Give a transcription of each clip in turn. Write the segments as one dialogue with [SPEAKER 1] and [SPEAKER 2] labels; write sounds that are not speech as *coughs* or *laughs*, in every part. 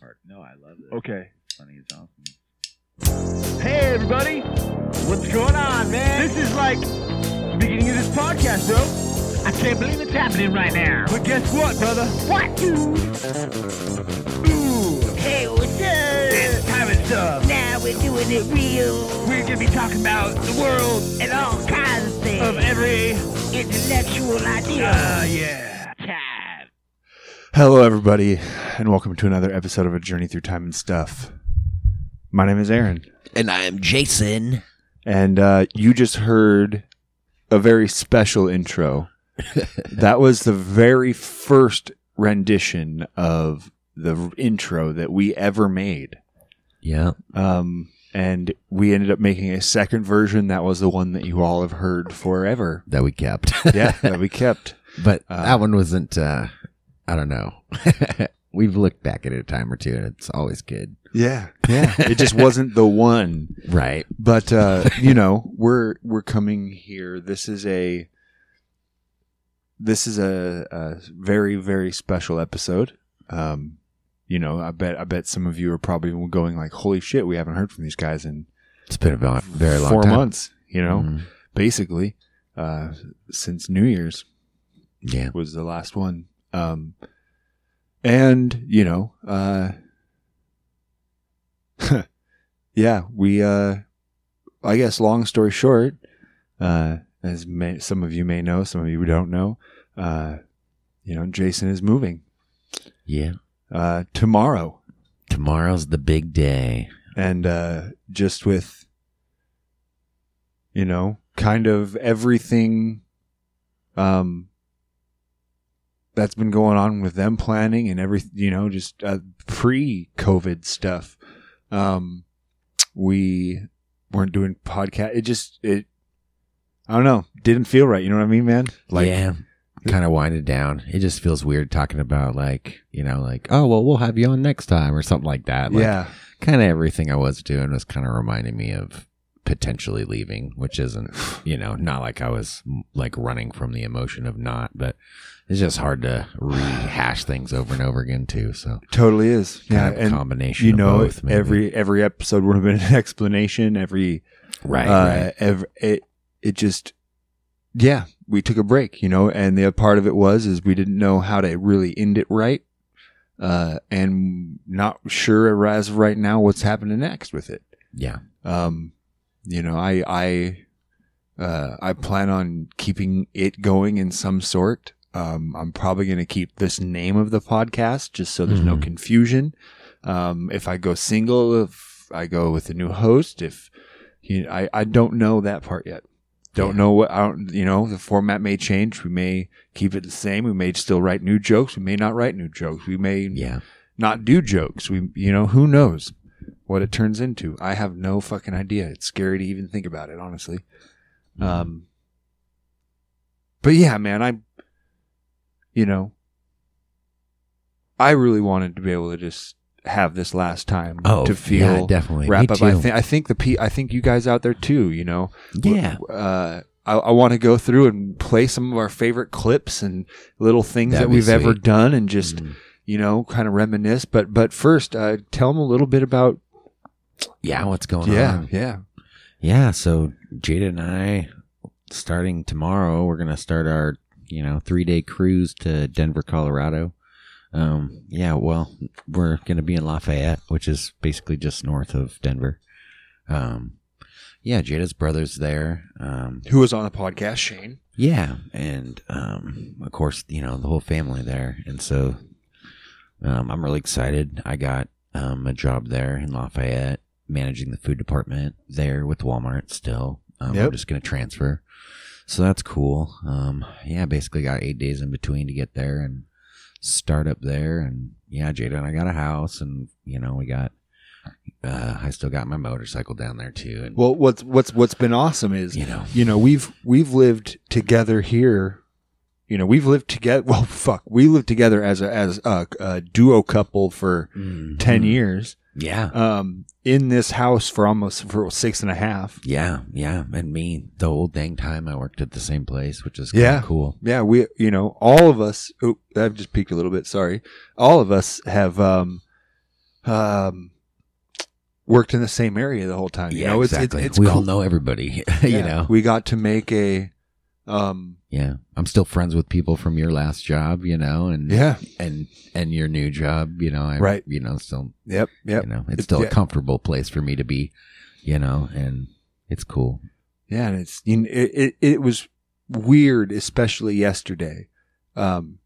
[SPEAKER 1] part. No, I love this.
[SPEAKER 2] Okay.
[SPEAKER 1] Funny, it's awesome.
[SPEAKER 2] Oh. Hey, everybody. What's going on, man? This is like the beginning of this podcast, bro. I can't believe it's happening right now. But guess what, brother? What, dude? Ooh.
[SPEAKER 3] Hey, what's up?
[SPEAKER 2] It's time and stuff.
[SPEAKER 3] Now we're doing it real.
[SPEAKER 2] We're going to be talking about the world
[SPEAKER 3] And all kinds of things.
[SPEAKER 2] of every.
[SPEAKER 3] Intellectual ideas.
[SPEAKER 2] Uh, yeah.
[SPEAKER 3] Time.
[SPEAKER 4] Hello, everybody, and welcome to another episode of A Journey Through Time and Stuff. My name is Aaron,
[SPEAKER 3] And I am Jason.
[SPEAKER 4] and uh, you just heard a very special
[SPEAKER 3] *laughs*
[SPEAKER 4] intro. that was the very first rendition of the r- intro that we ever made.
[SPEAKER 3] Yeah.
[SPEAKER 4] Um, and we ended up making a second version that was the one that you all have heard forever.
[SPEAKER 3] That we kept. *laughs*
[SPEAKER 4] Yeah, that we kept.
[SPEAKER 3] But
[SPEAKER 4] Uh,
[SPEAKER 3] that one wasn't, uh, I don't know. *laughs* We've looked back at it a time or two and it's always good.
[SPEAKER 4] Yeah, yeah. It just wasn't the one.
[SPEAKER 3] *laughs* Right.
[SPEAKER 4] but uh
[SPEAKER 3] *laughs*
[SPEAKER 4] you know we're we're coming here this is a this is a, a very very special episode um you know i bet i bet some of you are probably going like holy shit we haven't heard from these guys in
[SPEAKER 3] It's been a ve- very long
[SPEAKER 4] four
[SPEAKER 3] time.
[SPEAKER 4] months you know
[SPEAKER 3] Mhm.
[SPEAKER 4] basically uh since new year's
[SPEAKER 3] Yeah.
[SPEAKER 4] was the last one um and you know uh *laughs* yeah we uh i guess long story short uh as may, some of you may know some of you don't know uh you know jason is moving
[SPEAKER 3] Yeah.
[SPEAKER 4] uh tomorrow
[SPEAKER 3] Tomorrow's the big day.
[SPEAKER 4] and uh just with you know kind of everything um that's been going on with them planning and every you know just uh, pre covid stuff um we weren't doing podcast it just it i don't know didn't feel right you know what i mean man like
[SPEAKER 3] yeah. Kind of winded down. It just feels weird talking about like, you know, like, oh, well, we'll have you on next time or something like that. Like,
[SPEAKER 4] yeah
[SPEAKER 3] kind of everything I was doing was kind of reminding me of potentially leaving, which isn't, you know, not like I was mm, like running from the emotion of not, but it's just hard to rehash things over and over again too. So
[SPEAKER 4] totally is yeah
[SPEAKER 3] kind of a
[SPEAKER 4] and
[SPEAKER 3] combination.
[SPEAKER 4] you
[SPEAKER 3] of
[SPEAKER 4] know
[SPEAKER 3] both, maybe.
[SPEAKER 4] every every episode would have been an *laughs* explanation every
[SPEAKER 3] right,
[SPEAKER 4] uh,
[SPEAKER 3] right.
[SPEAKER 4] ev- it it just yeah we took a break you know and the other part of it was is we didn't know how to really end it right uh, and not sure as of right now what's happening next with it
[SPEAKER 3] yeah,
[SPEAKER 4] um, you know I I uh, I plan on keeping it going in some sort um, I'm probably going to keep this name of the podcast just so there's no
[SPEAKER 3] Mhm.
[SPEAKER 4] confusion um, if I go single if I go with a new host if you I, I don't know that part yet don't
[SPEAKER 3] Yeah.
[SPEAKER 4] know what I don't you know the format may change we may keep it the same we may still write new jokes we may not write new jokes we may
[SPEAKER 3] yeah.
[SPEAKER 4] not do jokes. We, you know, who knows what it turns into? I have no fucking idea. It's scary to even think about it, honestly.
[SPEAKER 3] Mm-hmm.
[SPEAKER 4] Um, but yeah, man, I, you know, I really wanted to be able to just have this last time
[SPEAKER 3] Oh,
[SPEAKER 4] to feel
[SPEAKER 3] yeah, definitely. Me
[SPEAKER 4] wrap up. I
[SPEAKER 3] too.
[SPEAKER 4] think I think the pe- I think you guys out there too. You know,
[SPEAKER 3] yeah,
[SPEAKER 4] uh, I, I want to go through and play some of our favorite clips and little things
[SPEAKER 3] That'd
[SPEAKER 4] that
[SPEAKER 3] be
[SPEAKER 4] we've ever
[SPEAKER 3] sweet.
[SPEAKER 4] done, and just
[SPEAKER 3] Mm.
[SPEAKER 4] you know, kind of reminisce. But but first, uh, tell them a little bit about
[SPEAKER 3] yeah. What's going
[SPEAKER 4] yeah
[SPEAKER 3] on?
[SPEAKER 4] yeah
[SPEAKER 3] Yeah. So Jada and I, starting tomorrow, we're gonna start our you know three day cruise to Denver, Colorado. Um, yeah. Well, we're gonna be in Lafayette, which is basically just north of Denver. Um, yeah, Jada's brother's there. Um,
[SPEAKER 4] who was on the podcast, Shane.
[SPEAKER 3] yeah, and um, of course, you know the whole family there, and so um, I'm really excited. I got um, a job there in Lafayette, managing the food department there with Walmart. Still, um,
[SPEAKER 4] Yep.
[SPEAKER 3] I'm just gonna transfer, so that's cool. Um, yeah, basically got eight days in between to get there and start up there, and yeah, Jada and I got a house, and you know we got. Uh, I still got my motorcycle down there too, and
[SPEAKER 4] Well, what's what's what's been awesome is
[SPEAKER 3] you know,
[SPEAKER 4] you know we've we've lived together here. You know we've lived together. *laughs* Well, fuck, we lived together as a as a, a duo couple for ten
[SPEAKER 3] Mhm.
[SPEAKER 4] years.
[SPEAKER 3] Yeah,
[SPEAKER 4] Um, in this house for almost for six and a half.
[SPEAKER 3] Yeah, yeah, and me the whole dang time I worked at the same place, which is
[SPEAKER 4] Yeah.
[SPEAKER 3] yeah, cool.
[SPEAKER 4] yeah, we, you know, all of us, oh, I've just peeked a little bit. Sorry. All of us have, um, um, worked in the same area the whole time. You know, it's,
[SPEAKER 3] exactly.
[SPEAKER 4] it's, it's
[SPEAKER 3] we
[SPEAKER 4] cool.
[SPEAKER 3] all know everybody. *laughs* you
[SPEAKER 4] Yeah.
[SPEAKER 3] know,
[SPEAKER 4] we got to make a, um,
[SPEAKER 3] yeah. I'm still friends with people from your last job. You know, and
[SPEAKER 4] yeah,
[SPEAKER 3] and and your new job. You know, I,
[SPEAKER 4] Right.
[SPEAKER 3] You know, still
[SPEAKER 4] yep, yep,
[SPEAKER 3] you know, it's
[SPEAKER 4] It's-
[SPEAKER 3] still
[SPEAKER 4] yeah.
[SPEAKER 3] a comfortable place for me to be. You know, and it's cool.
[SPEAKER 4] yeah. And it's you kn- it, it, it was weird, especially yesterday. Um,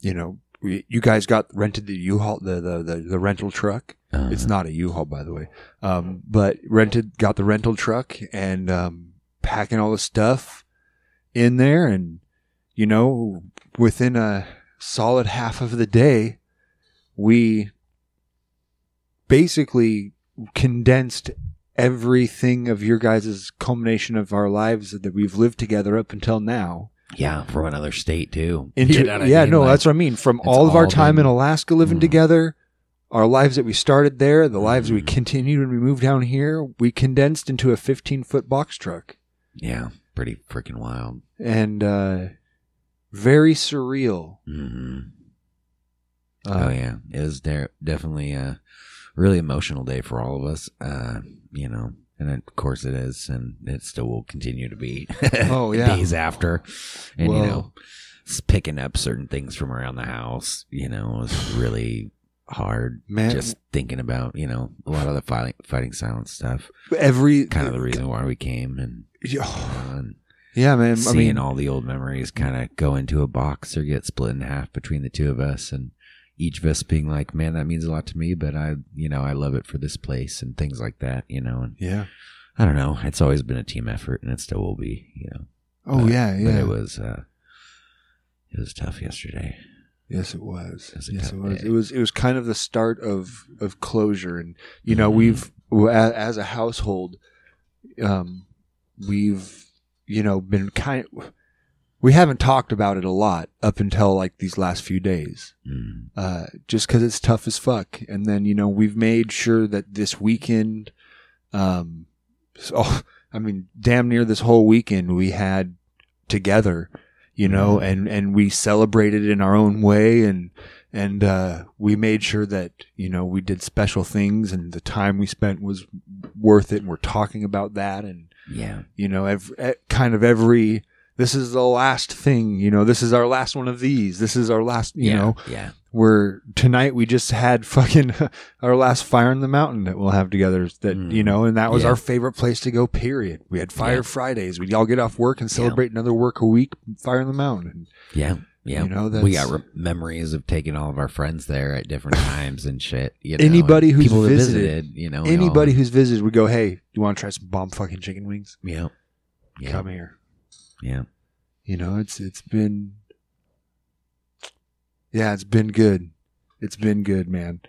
[SPEAKER 4] you know, we, you guys got rented the U-Haul, the the the, the rental truck.
[SPEAKER 3] Uh,
[SPEAKER 4] It's not a U-Haul, by the way. Um, but rented, got the rental truck and um, packing all the stuff in there, and you know, within a solid half of the day, we basically condensed everything of your guys' culmination of our lives that we've lived together up until now.
[SPEAKER 3] yeah, from another state too.
[SPEAKER 4] Into,
[SPEAKER 3] You know what I
[SPEAKER 4] yeah,
[SPEAKER 3] mean?
[SPEAKER 4] no,
[SPEAKER 3] Like,
[SPEAKER 4] that's what I mean. From
[SPEAKER 3] it's
[SPEAKER 4] all of our
[SPEAKER 3] all
[SPEAKER 4] time
[SPEAKER 3] been-
[SPEAKER 4] in Alaska living
[SPEAKER 3] Mm.
[SPEAKER 4] together, our lives that we started there, the lives we
[SPEAKER 3] Mm.
[SPEAKER 4] continued when we moved down here, we condensed into a 15 foot box truck.
[SPEAKER 3] yeah, pretty freaking wild.
[SPEAKER 4] And uh, very surreal.
[SPEAKER 3] hmm
[SPEAKER 4] Uh,
[SPEAKER 3] oh yeah, it was there definitely a really emotional day for all of us. Uh, you know, and of course it is, and it still will continue to be. *laughs*
[SPEAKER 4] Oh, yeah.
[SPEAKER 3] days after, and
[SPEAKER 4] Whoa.
[SPEAKER 3] you know, s- picking up certain things from around the house. You know, was really hard.
[SPEAKER 4] Man,
[SPEAKER 3] Just thinking about you know a lot of the fighting, fighting silence stuff.
[SPEAKER 4] every.
[SPEAKER 3] Kind of the reason why we came and. you know, and
[SPEAKER 4] Yeah, man. I
[SPEAKER 3] seeing
[SPEAKER 4] mean,
[SPEAKER 3] all the old memories kind of go into a box or get split in half between the two of us and each of us being like man that means a lot to me but i you know i love it for this place and things like that you know and
[SPEAKER 4] yeah.
[SPEAKER 3] i don't know it's always been a team effort and it still will be you know
[SPEAKER 4] Oh,
[SPEAKER 3] But-
[SPEAKER 4] yeah,
[SPEAKER 3] but it
[SPEAKER 4] yeah.
[SPEAKER 3] was uh it was tough yesterday
[SPEAKER 4] Yes, it was.
[SPEAKER 3] That's a
[SPEAKER 4] Yes,
[SPEAKER 3] tough
[SPEAKER 4] it was.
[SPEAKER 3] day.
[SPEAKER 4] It was. It was kind of the start of of closure, and you know,
[SPEAKER 3] Mhm.
[SPEAKER 4] we've w- a- as a household, um, we've you know been kind. we haven't talked about it a lot up until like these last few days,
[SPEAKER 3] mm.
[SPEAKER 4] uh, just because it's tough as fuck. And then you know we've made sure that this weekend, um, *laughs* so, I mean, damn near this whole weekend we had together, you know, and and we celebrated in our own way, and and uh, we made sure that you know we did special things, and the time we spent was worth it, and we're talking about that, and
[SPEAKER 3] yeah
[SPEAKER 4] you know, ev eh, kind of every. This is the last thing, you know. This is our last one of these. This is our last, you
[SPEAKER 3] yeah,
[SPEAKER 4] know.
[SPEAKER 3] yeah
[SPEAKER 4] We're tonight. We just had fucking *laughs* our last fire in the mountain that we'll have together. That
[SPEAKER 3] Mm.
[SPEAKER 4] you know, and that was
[SPEAKER 3] Yeah.
[SPEAKER 4] our favorite place to go. Period. We had
[SPEAKER 3] Yeah.
[SPEAKER 4] fire Fridays. We'd all get off work and celebrate another work a week. Fire in the mountain.
[SPEAKER 3] yeah yeah
[SPEAKER 4] You know,
[SPEAKER 3] we
[SPEAKER 4] that's-
[SPEAKER 3] got re- memories of taking all of our friends there at
[SPEAKER 4] *laughs*
[SPEAKER 3] different times and shit you know,
[SPEAKER 4] Anybody
[SPEAKER 3] and
[SPEAKER 4] who's
[SPEAKER 3] people that
[SPEAKER 4] visited-
[SPEAKER 3] you know we all-
[SPEAKER 4] Anybody who's visited would go, "Hey, you want to try some bomb fucking chicken wings?
[SPEAKER 3] yeah yeah
[SPEAKER 4] Come here."
[SPEAKER 3] yeah
[SPEAKER 4] You know, it's it's been, yeah, it's been good. It's been good, man.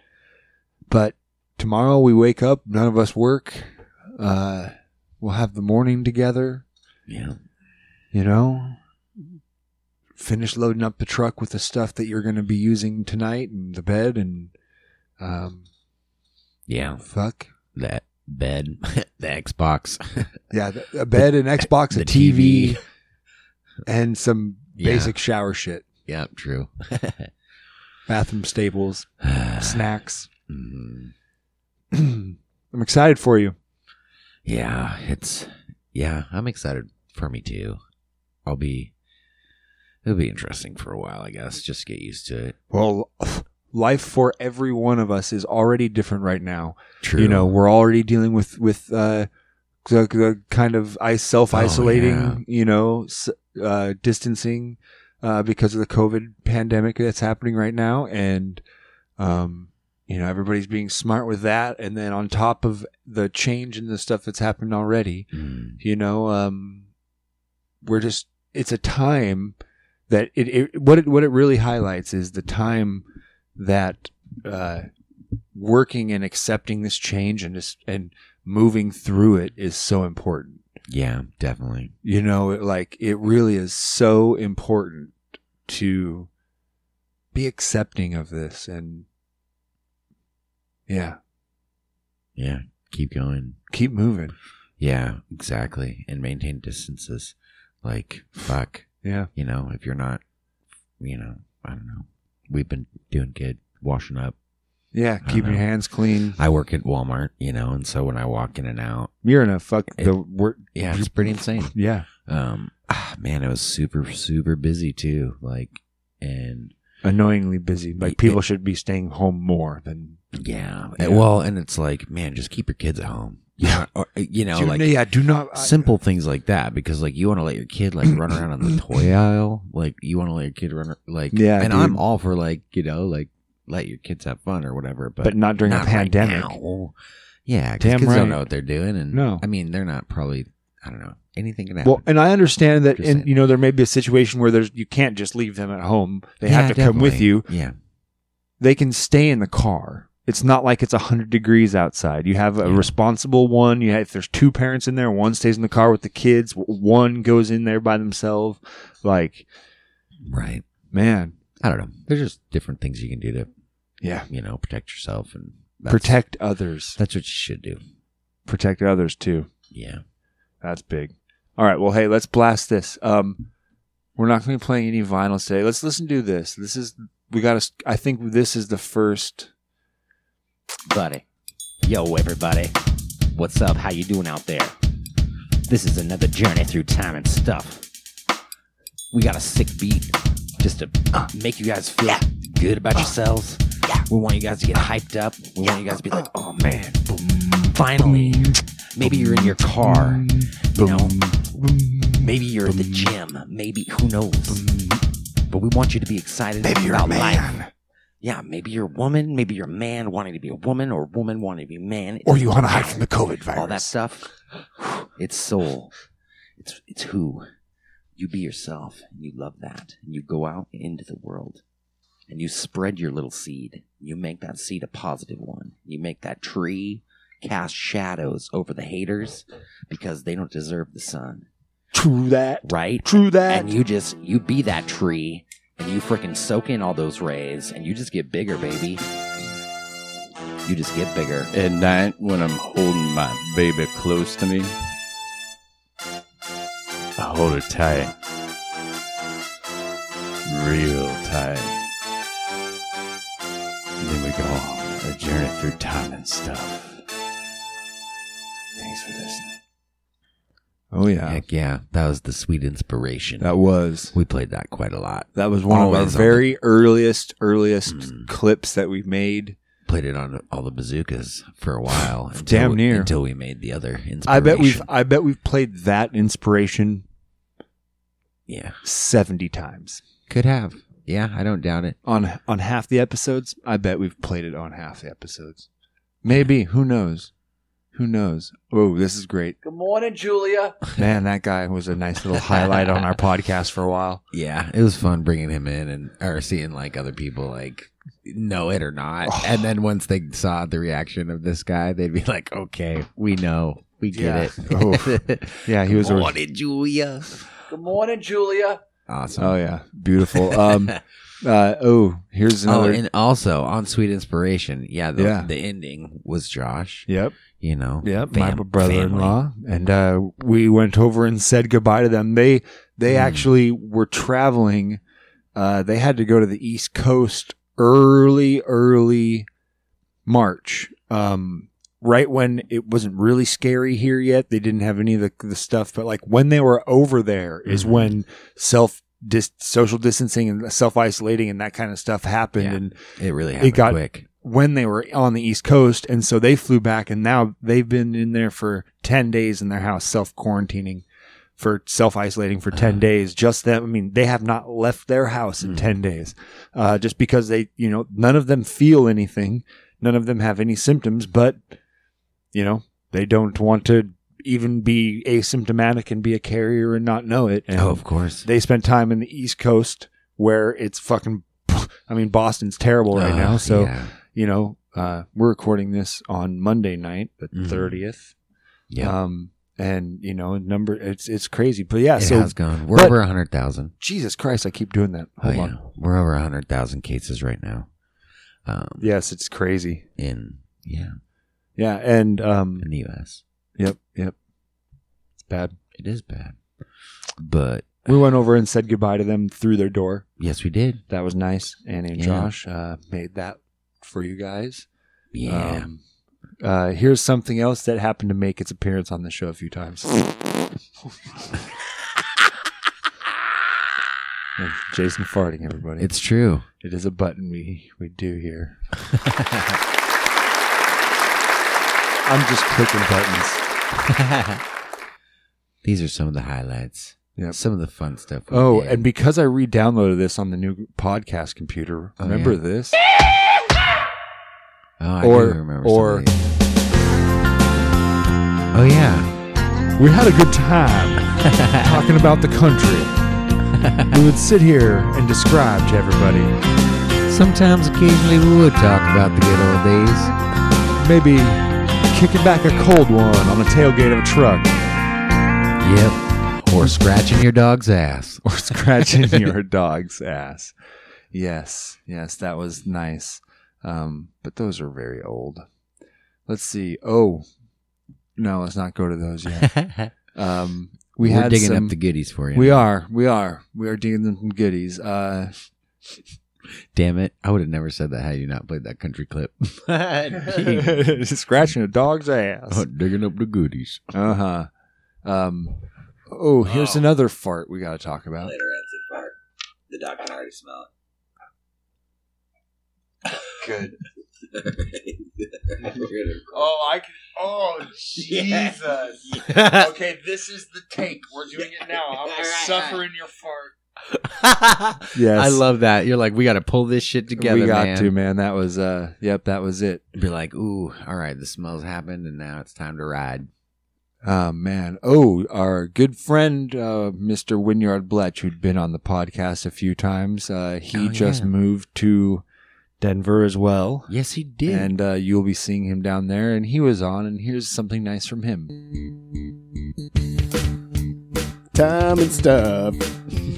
[SPEAKER 4] But tomorrow we wake up. None of us work. Uh, we'll have the morning together.
[SPEAKER 3] yeah
[SPEAKER 4] you know finish loading up the truck with the stuff that you're going to be using tonight and the bed and um
[SPEAKER 3] Yeah,
[SPEAKER 4] fuck
[SPEAKER 3] that bed, *laughs* the Xbox,
[SPEAKER 4] yeah th- a bed an xbox a
[SPEAKER 3] the
[SPEAKER 4] tv, and some
[SPEAKER 3] Yeah.
[SPEAKER 4] basic shower shit
[SPEAKER 3] Yeah, true. *sighs*
[SPEAKER 4] bathroom staples
[SPEAKER 3] Mm-hmm.
[SPEAKER 4] snacks *clears throat*
[SPEAKER 3] Mm,
[SPEAKER 4] i'm excited for you
[SPEAKER 3] yeah, it's yeah. I'm excited for me too. I'll be. It'll be interesting for a while, I guess. Just get used to it.
[SPEAKER 4] well life for every one of us is already different right now
[SPEAKER 3] True.
[SPEAKER 4] you know we're already dealing with with uh the, the kind of i self isolating
[SPEAKER 3] Oh, yeah.
[SPEAKER 4] you know s- uh distancing uh because of the covid pandemic that's happening right now and um you know everybody's being smart with that and then on top of the change in the stuff that's happened already
[SPEAKER 3] Mm,
[SPEAKER 4] you know um we're just it's a time that it, it what it what it really highlights is the time that uh working and accepting this change and just and moving through it is so important
[SPEAKER 3] yeah, definitely.
[SPEAKER 4] you know it, like it really is so important to be accepting of this and yeah
[SPEAKER 3] Yeah, keep going.
[SPEAKER 4] keep moving
[SPEAKER 3] Yeah, exactly. And maintain distances. Like fuck.
[SPEAKER 4] yeah
[SPEAKER 3] you know, if you're not, you know, I don't know. We've been doing good, washing up,
[SPEAKER 4] Yeah,
[SPEAKER 3] don't
[SPEAKER 4] keep your
[SPEAKER 3] know.
[SPEAKER 4] hands clean.
[SPEAKER 3] I work at Walmart, you know, and so when I walk in and out,
[SPEAKER 4] You're in a fuck
[SPEAKER 3] It-
[SPEAKER 4] the wor-
[SPEAKER 3] yeah, it's pretty insane.
[SPEAKER 4] yeah.
[SPEAKER 3] Um, ah, man, it was super super busy too. Like, and
[SPEAKER 4] Annoyingly busy. Like
[SPEAKER 3] It-
[SPEAKER 4] people should be staying home more than
[SPEAKER 3] yeah,
[SPEAKER 4] Yeah.
[SPEAKER 3] well, and it's like, man, just keep your kids at home. Yeah, or, uh, you know,
[SPEAKER 4] Do-
[SPEAKER 3] like
[SPEAKER 4] yeah, do not
[SPEAKER 3] simple things like that because like you want to let your kid like run around on
[SPEAKER 4] *coughs*
[SPEAKER 3] the toy aisle like you want to let your kid run like
[SPEAKER 4] Yeah,
[SPEAKER 3] and
[SPEAKER 4] dude.
[SPEAKER 3] i'm all for like you know like let your kids have fun or whatever but,
[SPEAKER 4] but, not during
[SPEAKER 3] not
[SPEAKER 4] a
[SPEAKER 3] right
[SPEAKER 4] pandemic.
[SPEAKER 3] now. yeah 'cause
[SPEAKER 4] Damn
[SPEAKER 3] kids
[SPEAKER 4] right.
[SPEAKER 3] don't know what they're doing and
[SPEAKER 4] No.
[SPEAKER 3] i mean they're not probably i don't know anything can happen
[SPEAKER 4] Well, and I understand that,
[SPEAKER 3] Just
[SPEAKER 4] and
[SPEAKER 3] saying.
[SPEAKER 4] you know, there may be a situation where there's you can't just leave them at home. They have
[SPEAKER 3] Yeah,
[SPEAKER 4] to come with
[SPEAKER 3] definitely.
[SPEAKER 4] you.
[SPEAKER 3] yeah
[SPEAKER 4] They can stay in the car. It's not like it's hundred degrees outside. You have a
[SPEAKER 3] Yeah.
[SPEAKER 4] responsible one. You have, if there's two parents in there, one stays in the car with the kids. w- One goes in there by themselves. Like
[SPEAKER 3] right
[SPEAKER 4] man,
[SPEAKER 3] i don't know there's just different things you can do to
[SPEAKER 4] yeah.
[SPEAKER 3] you know protect yourself and that's,
[SPEAKER 4] Protect others.
[SPEAKER 3] that's what you should do
[SPEAKER 4] Protect others too.
[SPEAKER 3] yeah
[SPEAKER 4] That's big. All right. Well, hey, let's blast this. Um, we're not going to be playing any vinyl today. Let's listen to this. This is we got to. I think this is the first.
[SPEAKER 1] buddy. Yo, everybody. What's up? How you doing out there? This is another journey through time and stuff. We got a sick beat just to uh, make you guys feel good about yourselves. We want you guys to get hyped up. We want you guys to be like, oh man, finally. Maybe you're in your car. You know, maybe you're at the gym. Maybe who knows? But we want you to be excited about life. Yeah, maybe you're a woman, maybe you're a man wanting to be a woman, or a woman wanting to be a man. Or you want to hide from the COVID virus. All that stuff.
[SPEAKER 3] *sighs*
[SPEAKER 1] It's soul. It's it's who. You be yourself, and you love that, and you go out into the world, and you spread your little seed. You make that seed a positive one. You make that tree cast shadows over the haters because they don't deserve the sun,
[SPEAKER 4] True that.
[SPEAKER 1] right?
[SPEAKER 4] True that.
[SPEAKER 1] and you just you be that tree and you freaking soak in all those rays and you just get bigger baby you just get bigger
[SPEAKER 5] At night, when I'm holding my baby close to me, I hold her tight. Real tight. And then we go on a journey through time and stuff. Thanks for listening.
[SPEAKER 4] oh yeah,
[SPEAKER 3] heck yeah that was the sweet inspiration
[SPEAKER 4] that was
[SPEAKER 3] we played that quite a lot
[SPEAKER 4] that was one of Hmm. our
[SPEAKER 3] Always on
[SPEAKER 4] very earliest earliest
[SPEAKER 3] Mm.
[SPEAKER 4] clips that we made.
[SPEAKER 3] played it on all the bazookas for a
[SPEAKER 4] *sighs*
[SPEAKER 3] while. until
[SPEAKER 4] Damn
[SPEAKER 3] we-
[SPEAKER 4] near.
[SPEAKER 3] until we made the other. Inspiration.
[SPEAKER 4] I bet we've I bet we've played that inspiration
[SPEAKER 3] yeah
[SPEAKER 4] seventy times
[SPEAKER 3] could have yeah I don't doubt it.
[SPEAKER 4] on on half the episodes. I bet we've played it on half the episodes. Maybe who knows? Who knows? Oh, this is great.
[SPEAKER 6] Good morning, Julia.
[SPEAKER 4] *laughs* Man, that guy was a nice little highlight on our podcast for a while.
[SPEAKER 3] Yeah, it was fun bringing him in and or seeing like other people like know it or
[SPEAKER 4] *sighs*
[SPEAKER 3] not,
[SPEAKER 4] Oh.
[SPEAKER 3] and then once they saw the reaction of this guy, they'd be like, okay, we know, we get
[SPEAKER 4] Yeah. *laughs*
[SPEAKER 3] it. *laughs*
[SPEAKER 4] Yeah, he was a
[SPEAKER 3] Morning, Julia.
[SPEAKER 6] Good morning, Julia.
[SPEAKER 3] Awesome.
[SPEAKER 4] Oh yeah, beautiful.
[SPEAKER 6] *laughs*
[SPEAKER 4] Um, uh, oh,
[SPEAKER 3] *laughs*
[SPEAKER 4] here's
[SPEAKER 3] Oh,
[SPEAKER 4] another.
[SPEAKER 3] and also on Sweet Inspiration, yeah, the,
[SPEAKER 4] Yeah.
[SPEAKER 3] the ending was Josh.
[SPEAKER 4] yep,
[SPEAKER 3] You know,
[SPEAKER 4] yep.
[SPEAKER 3] fam-
[SPEAKER 4] my brother-in-law and uh, we went over and said goodbye to them. They they
[SPEAKER 3] Mm.
[SPEAKER 4] actually were traveling. Uh, they had to go to the East Coast early, early March. Um, right when it wasn't really scary here yet. They didn't have any of the, the stuff, but like when they were over there is
[SPEAKER 3] Mhm.
[SPEAKER 4] when self. Dis- social distancing and self isolating and that kind of stuff happened,
[SPEAKER 3] Yeah.
[SPEAKER 4] and
[SPEAKER 3] It really happened
[SPEAKER 4] got-
[SPEAKER 3] quick.
[SPEAKER 4] when they were on the East Coast, and so they flew back, and now they've been in there for ten days in their house, self quarantining, for self isolating for 10
[SPEAKER 3] Uh-huh.
[SPEAKER 4] days. Just them, I mean, they have not left their house in
[SPEAKER 3] Mm.
[SPEAKER 4] ten days, uh, just because they, you know, none of them feel anything, none of them have any symptoms, but you know, they don't want to even be asymptomatic and be a carrier and not know it. And
[SPEAKER 3] Oh, of course.
[SPEAKER 4] they spent time in the East Coast where it's fucking. *laughs* I mean, Boston's terrible right
[SPEAKER 3] Uh,
[SPEAKER 4] now, so
[SPEAKER 3] yeah.
[SPEAKER 4] you know, uh, we're recording this on Monday night, the
[SPEAKER 3] Mhm.
[SPEAKER 4] 30th.
[SPEAKER 3] Yeah.
[SPEAKER 4] Um, and you know, number it's it's crazy, but yeah.
[SPEAKER 3] it
[SPEAKER 4] so
[SPEAKER 3] has gone. We're
[SPEAKER 4] but-
[SPEAKER 3] over a hundred thousand.
[SPEAKER 4] Jesus Christ, I keep doing that.
[SPEAKER 3] Oh
[SPEAKER 4] Hold on.
[SPEAKER 3] yeah, we're over a hundred thousand cases right now. Um,
[SPEAKER 4] Yes, it's crazy.
[SPEAKER 3] in yeah,
[SPEAKER 4] Yeah, and um,
[SPEAKER 3] in the U.S.,
[SPEAKER 4] yep, yep. It's bad.
[SPEAKER 3] it is bad. But
[SPEAKER 4] We went over and said goodbye to them through their door.
[SPEAKER 3] yes, we did.
[SPEAKER 4] That was nice. Annie and
[SPEAKER 3] Yeah.
[SPEAKER 4] Josh uh, made that for you guys.
[SPEAKER 1] Yeah.
[SPEAKER 4] Um, uh, here's something else that happened to make its appearance on the show a few *laughs* times. And Jason farting, everybody.
[SPEAKER 3] It's true.
[SPEAKER 4] it is a button we we do here. I'm just clicking buttons.
[SPEAKER 3] These are some of the highlights.
[SPEAKER 4] Yep.
[SPEAKER 3] Some of the fun stuff. we
[SPEAKER 4] Oh,
[SPEAKER 3] did.
[SPEAKER 4] and because I re-downloaded this on the new podcast computer,
[SPEAKER 3] Oh,
[SPEAKER 4] remember
[SPEAKER 3] yeah.
[SPEAKER 4] this?
[SPEAKER 3] oh, I
[SPEAKER 4] or-
[SPEAKER 3] do remember
[SPEAKER 4] or-
[SPEAKER 3] some of these. Oh yeah,
[SPEAKER 4] We had a good time talking about the country. we would sit here and describe to everybody
[SPEAKER 3] sometimes occasionally we would talk about the good old days.
[SPEAKER 4] maybe kicking back a cold one on the tailgate of a truck
[SPEAKER 3] Yep, or scratching your dog's
[SPEAKER 4] *laughs*
[SPEAKER 3] ass.
[SPEAKER 4] or scratching your dog's ass. Yes, yes, that was nice. Um, but those are very old. Let's see. Oh, no, let's not go to those yet. Um, we
[SPEAKER 3] We're
[SPEAKER 4] had
[SPEAKER 3] digging
[SPEAKER 4] some,
[SPEAKER 3] up the goodies for you.
[SPEAKER 4] We are, we are, we are digging them some goodies. Uh, *laughs*
[SPEAKER 3] Damn it! I would have never said that had you not played that country clip. *laughs*
[SPEAKER 7] *laughs*
[SPEAKER 3] Digging
[SPEAKER 4] scratching a dog's *laughs* ass.
[SPEAKER 3] Oh, up the goodies.
[SPEAKER 4] Uh huh. Um, oh, here's another fart we got to talk about.
[SPEAKER 7] later at the park. The dog can already smell it. *laughs* Good.
[SPEAKER 8] Oh, I can. Oh,
[SPEAKER 7] *laughs*
[SPEAKER 8] Jesus. okay, this is the take. We're doing it now. I'm gonna suffer in your fart.
[SPEAKER 3] *laughs*
[SPEAKER 4] Yes,
[SPEAKER 3] I love that. You're like, we got to pull this shit together.
[SPEAKER 4] We got
[SPEAKER 3] man.
[SPEAKER 4] to man. That was uh, yep, that was it.
[SPEAKER 3] be like, ooh, all right, the smells happened, and now it's time to ride.
[SPEAKER 4] Oh man! Oh, our good friend, uh, Mr. Winyard Bletch, who'd been on the podcast a few times. Uh, he
[SPEAKER 3] Oh,
[SPEAKER 4] just
[SPEAKER 3] yeah.
[SPEAKER 4] moved to Denver as well,
[SPEAKER 3] Yes, he did.
[SPEAKER 4] and uh, you'll be seeing him down there. And he was on, and here's something nice from him.
[SPEAKER 2] Time and stuff.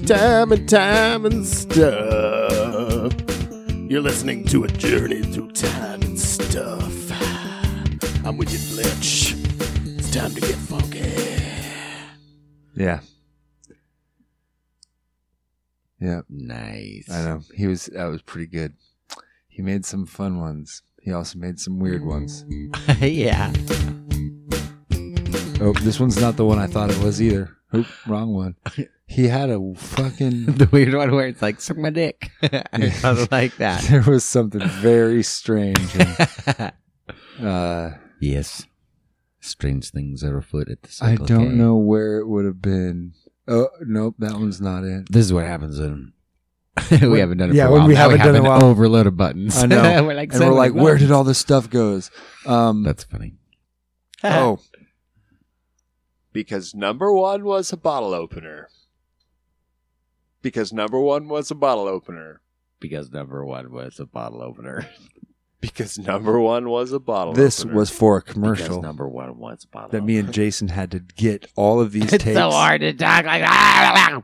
[SPEAKER 2] Time and time and stuff. You're listening to a journey through time and stuff. I'm with you, Blitch. It's time to get funky.
[SPEAKER 4] Yeah, yeah,
[SPEAKER 3] nice. *laughs*
[SPEAKER 4] I know. He was that was pretty good. He made some fun ones. He also made some weird ones.
[SPEAKER 3] yeah. *laughs*
[SPEAKER 4] Oh, this one's not the one I thought it was either. Oop, wrong
[SPEAKER 3] *laughs*
[SPEAKER 4] one. He had a fucking
[SPEAKER 3] The weird one where it's like, suck my
[SPEAKER 4] *laughs*
[SPEAKER 3] dick. *laughs* I thought like that.
[SPEAKER 4] there was something very strange.
[SPEAKER 3] *laughs*
[SPEAKER 4] and, uh,
[SPEAKER 3] yes. Strange things are afoot at the
[SPEAKER 4] I
[SPEAKER 3] cycle.
[SPEAKER 4] don't know where it would have been. Oh nope, that one's not it.
[SPEAKER 3] This is what happens when *laughs* we haven't done it
[SPEAKER 4] yeah,
[SPEAKER 3] for a
[SPEAKER 4] when
[SPEAKER 3] while.
[SPEAKER 4] we
[SPEAKER 3] Now
[SPEAKER 4] haven't done
[SPEAKER 3] have
[SPEAKER 4] it
[SPEAKER 3] an
[SPEAKER 4] while.
[SPEAKER 3] overload of buttons.
[SPEAKER 4] I know. *laughs*
[SPEAKER 3] we're like,
[SPEAKER 4] And we're
[SPEAKER 3] "Son of
[SPEAKER 4] like,
[SPEAKER 3] a
[SPEAKER 4] where
[SPEAKER 3] gun."
[SPEAKER 4] did all this stuff goes?
[SPEAKER 3] *laughs*
[SPEAKER 4] Um,
[SPEAKER 3] That's funny.
[SPEAKER 4] oh,
[SPEAKER 8] Because number one was a bottle opener. Because number one was a bottle opener.
[SPEAKER 1] because number one was a bottle
[SPEAKER 4] *laughs*
[SPEAKER 1] opener.
[SPEAKER 8] Because number one was a bottle
[SPEAKER 4] this
[SPEAKER 8] opener.
[SPEAKER 4] was for a
[SPEAKER 1] Because
[SPEAKER 4] commercial
[SPEAKER 1] number one was a bottle
[SPEAKER 4] that
[SPEAKER 1] opener.
[SPEAKER 4] me and Jason had to get
[SPEAKER 3] *laughs*
[SPEAKER 4] all of these tapes.
[SPEAKER 1] to talk like that.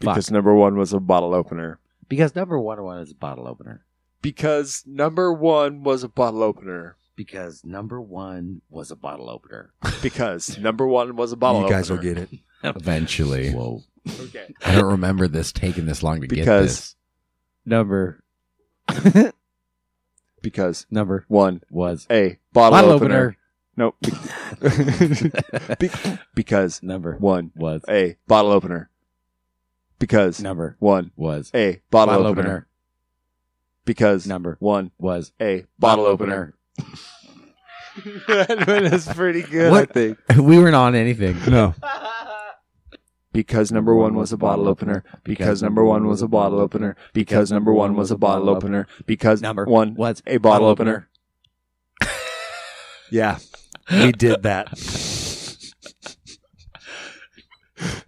[SPEAKER 8] because number one was a bottle opener.
[SPEAKER 1] *laughs* Because number one was a bottle opener.
[SPEAKER 8] Because number one was a bottle opener.
[SPEAKER 1] Because number one was a bottle opener.
[SPEAKER 8] Because number one was a bottle
[SPEAKER 4] you
[SPEAKER 8] opener.
[SPEAKER 4] guys will get it.
[SPEAKER 3] Eventually.
[SPEAKER 1] Whoa.
[SPEAKER 8] Okay.
[SPEAKER 3] I don't remember this taking this long to get
[SPEAKER 8] Because-
[SPEAKER 3] this.
[SPEAKER 1] Number
[SPEAKER 8] Because
[SPEAKER 1] number
[SPEAKER 8] one
[SPEAKER 1] was
[SPEAKER 8] a bottle,
[SPEAKER 1] bottle
[SPEAKER 8] opener.
[SPEAKER 1] opener.
[SPEAKER 8] Nope. Be- because
[SPEAKER 1] Number
[SPEAKER 8] one
[SPEAKER 1] was
[SPEAKER 8] a bottle opener. Because
[SPEAKER 1] number
[SPEAKER 8] one
[SPEAKER 1] was
[SPEAKER 8] a bottle, opener. Because
[SPEAKER 1] Number
[SPEAKER 8] one
[SPEAKER 1] was
[SPEAKER 8] a bottle, opener. *laughs* that one is pretty good,
[SPEAKER 3] What?
[SPEAKER 8] I think.
[SPEAKER 3] we weren't on anything.
[SPEAKER 4] No,
[SPEAKER 8] Because number one was a bottle opener. Because number one was a bottle opener. Because number one was a bottle opener. Because
[SPEAKER 1] Number
[SPEAKER 8] one
[SPEAKER 1] was
[SPEAKER 8] a bottle opener.
[SPEAKER 4] yeah, we did that.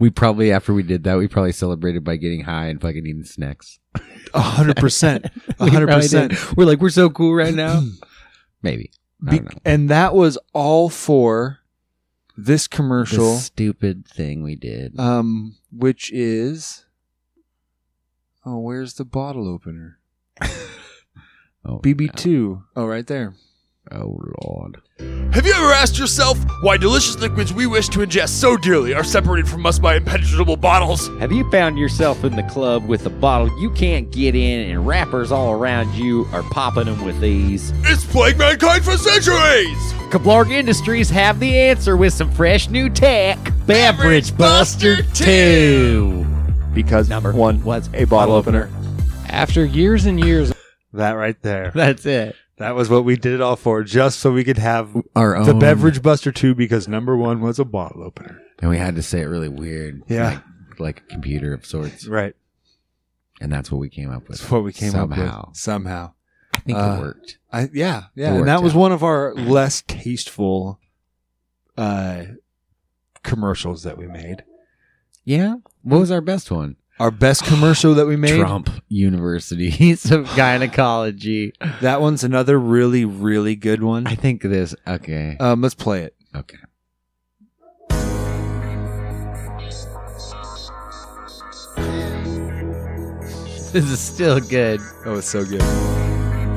[SPEAKER 3] We probably after we did that, we probably celebrated by getting high and fucking eating snacks.
[SPEAKER 4] A hundred percent,
[SPEAKER 3] We
[SPEAKER 4] A hundred
[SPEAKER 3] probably
[SPEAKER 4] percent.
[SPEAKER 3] did. We're like, we're so cool right now. Maybe. I
[SPEAKER 4] Be-
[SPEAKER 3] don't know.
[SPEAKER 4] and that was all for this commercial.
[SPEAKER 3] This stupid thing we did.
[SPEAKER 4] um, which is oh, where's the bottle opener?
[SPEAKER 3] oh,
[SPEAKER 4] BB two. Oh, right there.
[SPEAKER 3] no. Oh lord.
[SPEAKER 9] Have you ever asked yourself why delicious liquids we wish to ingest so dearly are separated from us by impenetrable bottles?
[SPEAKER 10] Have you found yourself in the club with a bottle you can't get in and rappers all around you are popping them with these?
[SPEAKER 9] It's plagued mankind for centuries!
[SPEAKER 10] Kablarg Industries have the answer with some fresh new tech. Beverage Buster 2.
[SPEAKER 4] Because
[SPEAKER 10] Number
[SPEAKER 8] *laughs*
[SPEAKER 4] one
[SPEAKER 10] was
[SPEAKER 4] a bottle opener.
[SPEAKER 11] After years and years,
[SPEAKER 4] That right there.
[SPEAKER 10] That's it.
[SPEAKER 4] That was what we did it all for, just so we could have
[SPEAKER 3] Our own.
[SPEAKER 4] the beverage buster two because number one was a bottle opener.
[SPEAKER 3] And we had to say it really weird.
[SPEAKER 4] Yeah.
[SPEAKER 3] Like, like a computer of sorts.
[SPEAKER 4] Right.
[SPEAKER 3] And that's what we came up with.
[SPEAKER 4] That's what we came up
[SPEAKER 3] Somehow.
[SPEAKER 4] with. Somehow.
[SPEAKER 3] I think
[SPEAKER 4] Uh,
[SPEAKER 3] it worked.
[SPEAKER 4] I yeah,
[SPEAKER 3] It
[SPEAKER 4] yeah.
[SPEAKER 3] worked
[SPEAKER 4] And that was
[SPEAKER 3] out.
[SPEAKER 4] one of our less tasteful uh commercials that we made.
[SPEAKER 3] Yeah. What was our best one?
[SPEAKER 4] Our best commercial that we made.
[SPEAKER 3] Trump Universities *laughs* of
[SPEAKER 4] *laughs*
[SPEAKER 3] Gynecology.
[SPEAKER 4] That one's another really, really good one.
[SPEAKER 3] I think this. Okay.
[SPEAKER 4] Um, let's play it.
[SPEAKER 3] Okay.
[SPEAKER 10] This is still good.
[SPEAKER 4] Oh, it's so good.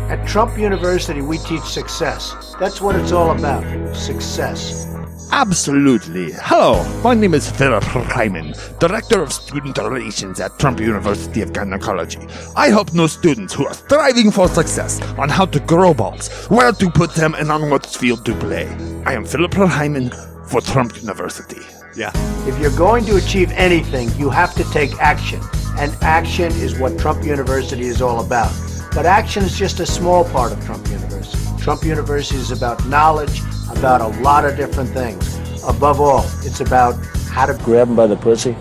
[SPEAKER 12] At Trump University, we teach success. That's what it's all about success.
[SPEAKER 8] Absolutely. Hello, my name is Phil Hyman, Director of Student Relations at Trump University of Gynecology. I help new students who are striving for success on how to grow balls, where to put them, and on what field to play. I am Philip Hyman for Trump University.
[SPEAKER 12] Yeah. If you're going to achieve anything, you have to take action. And action is what Trump University is all about. But action is just a small part of Trump University. Trump University is about knowledge, about a lot of different things. Above all, it's about how to grab them by the pussy.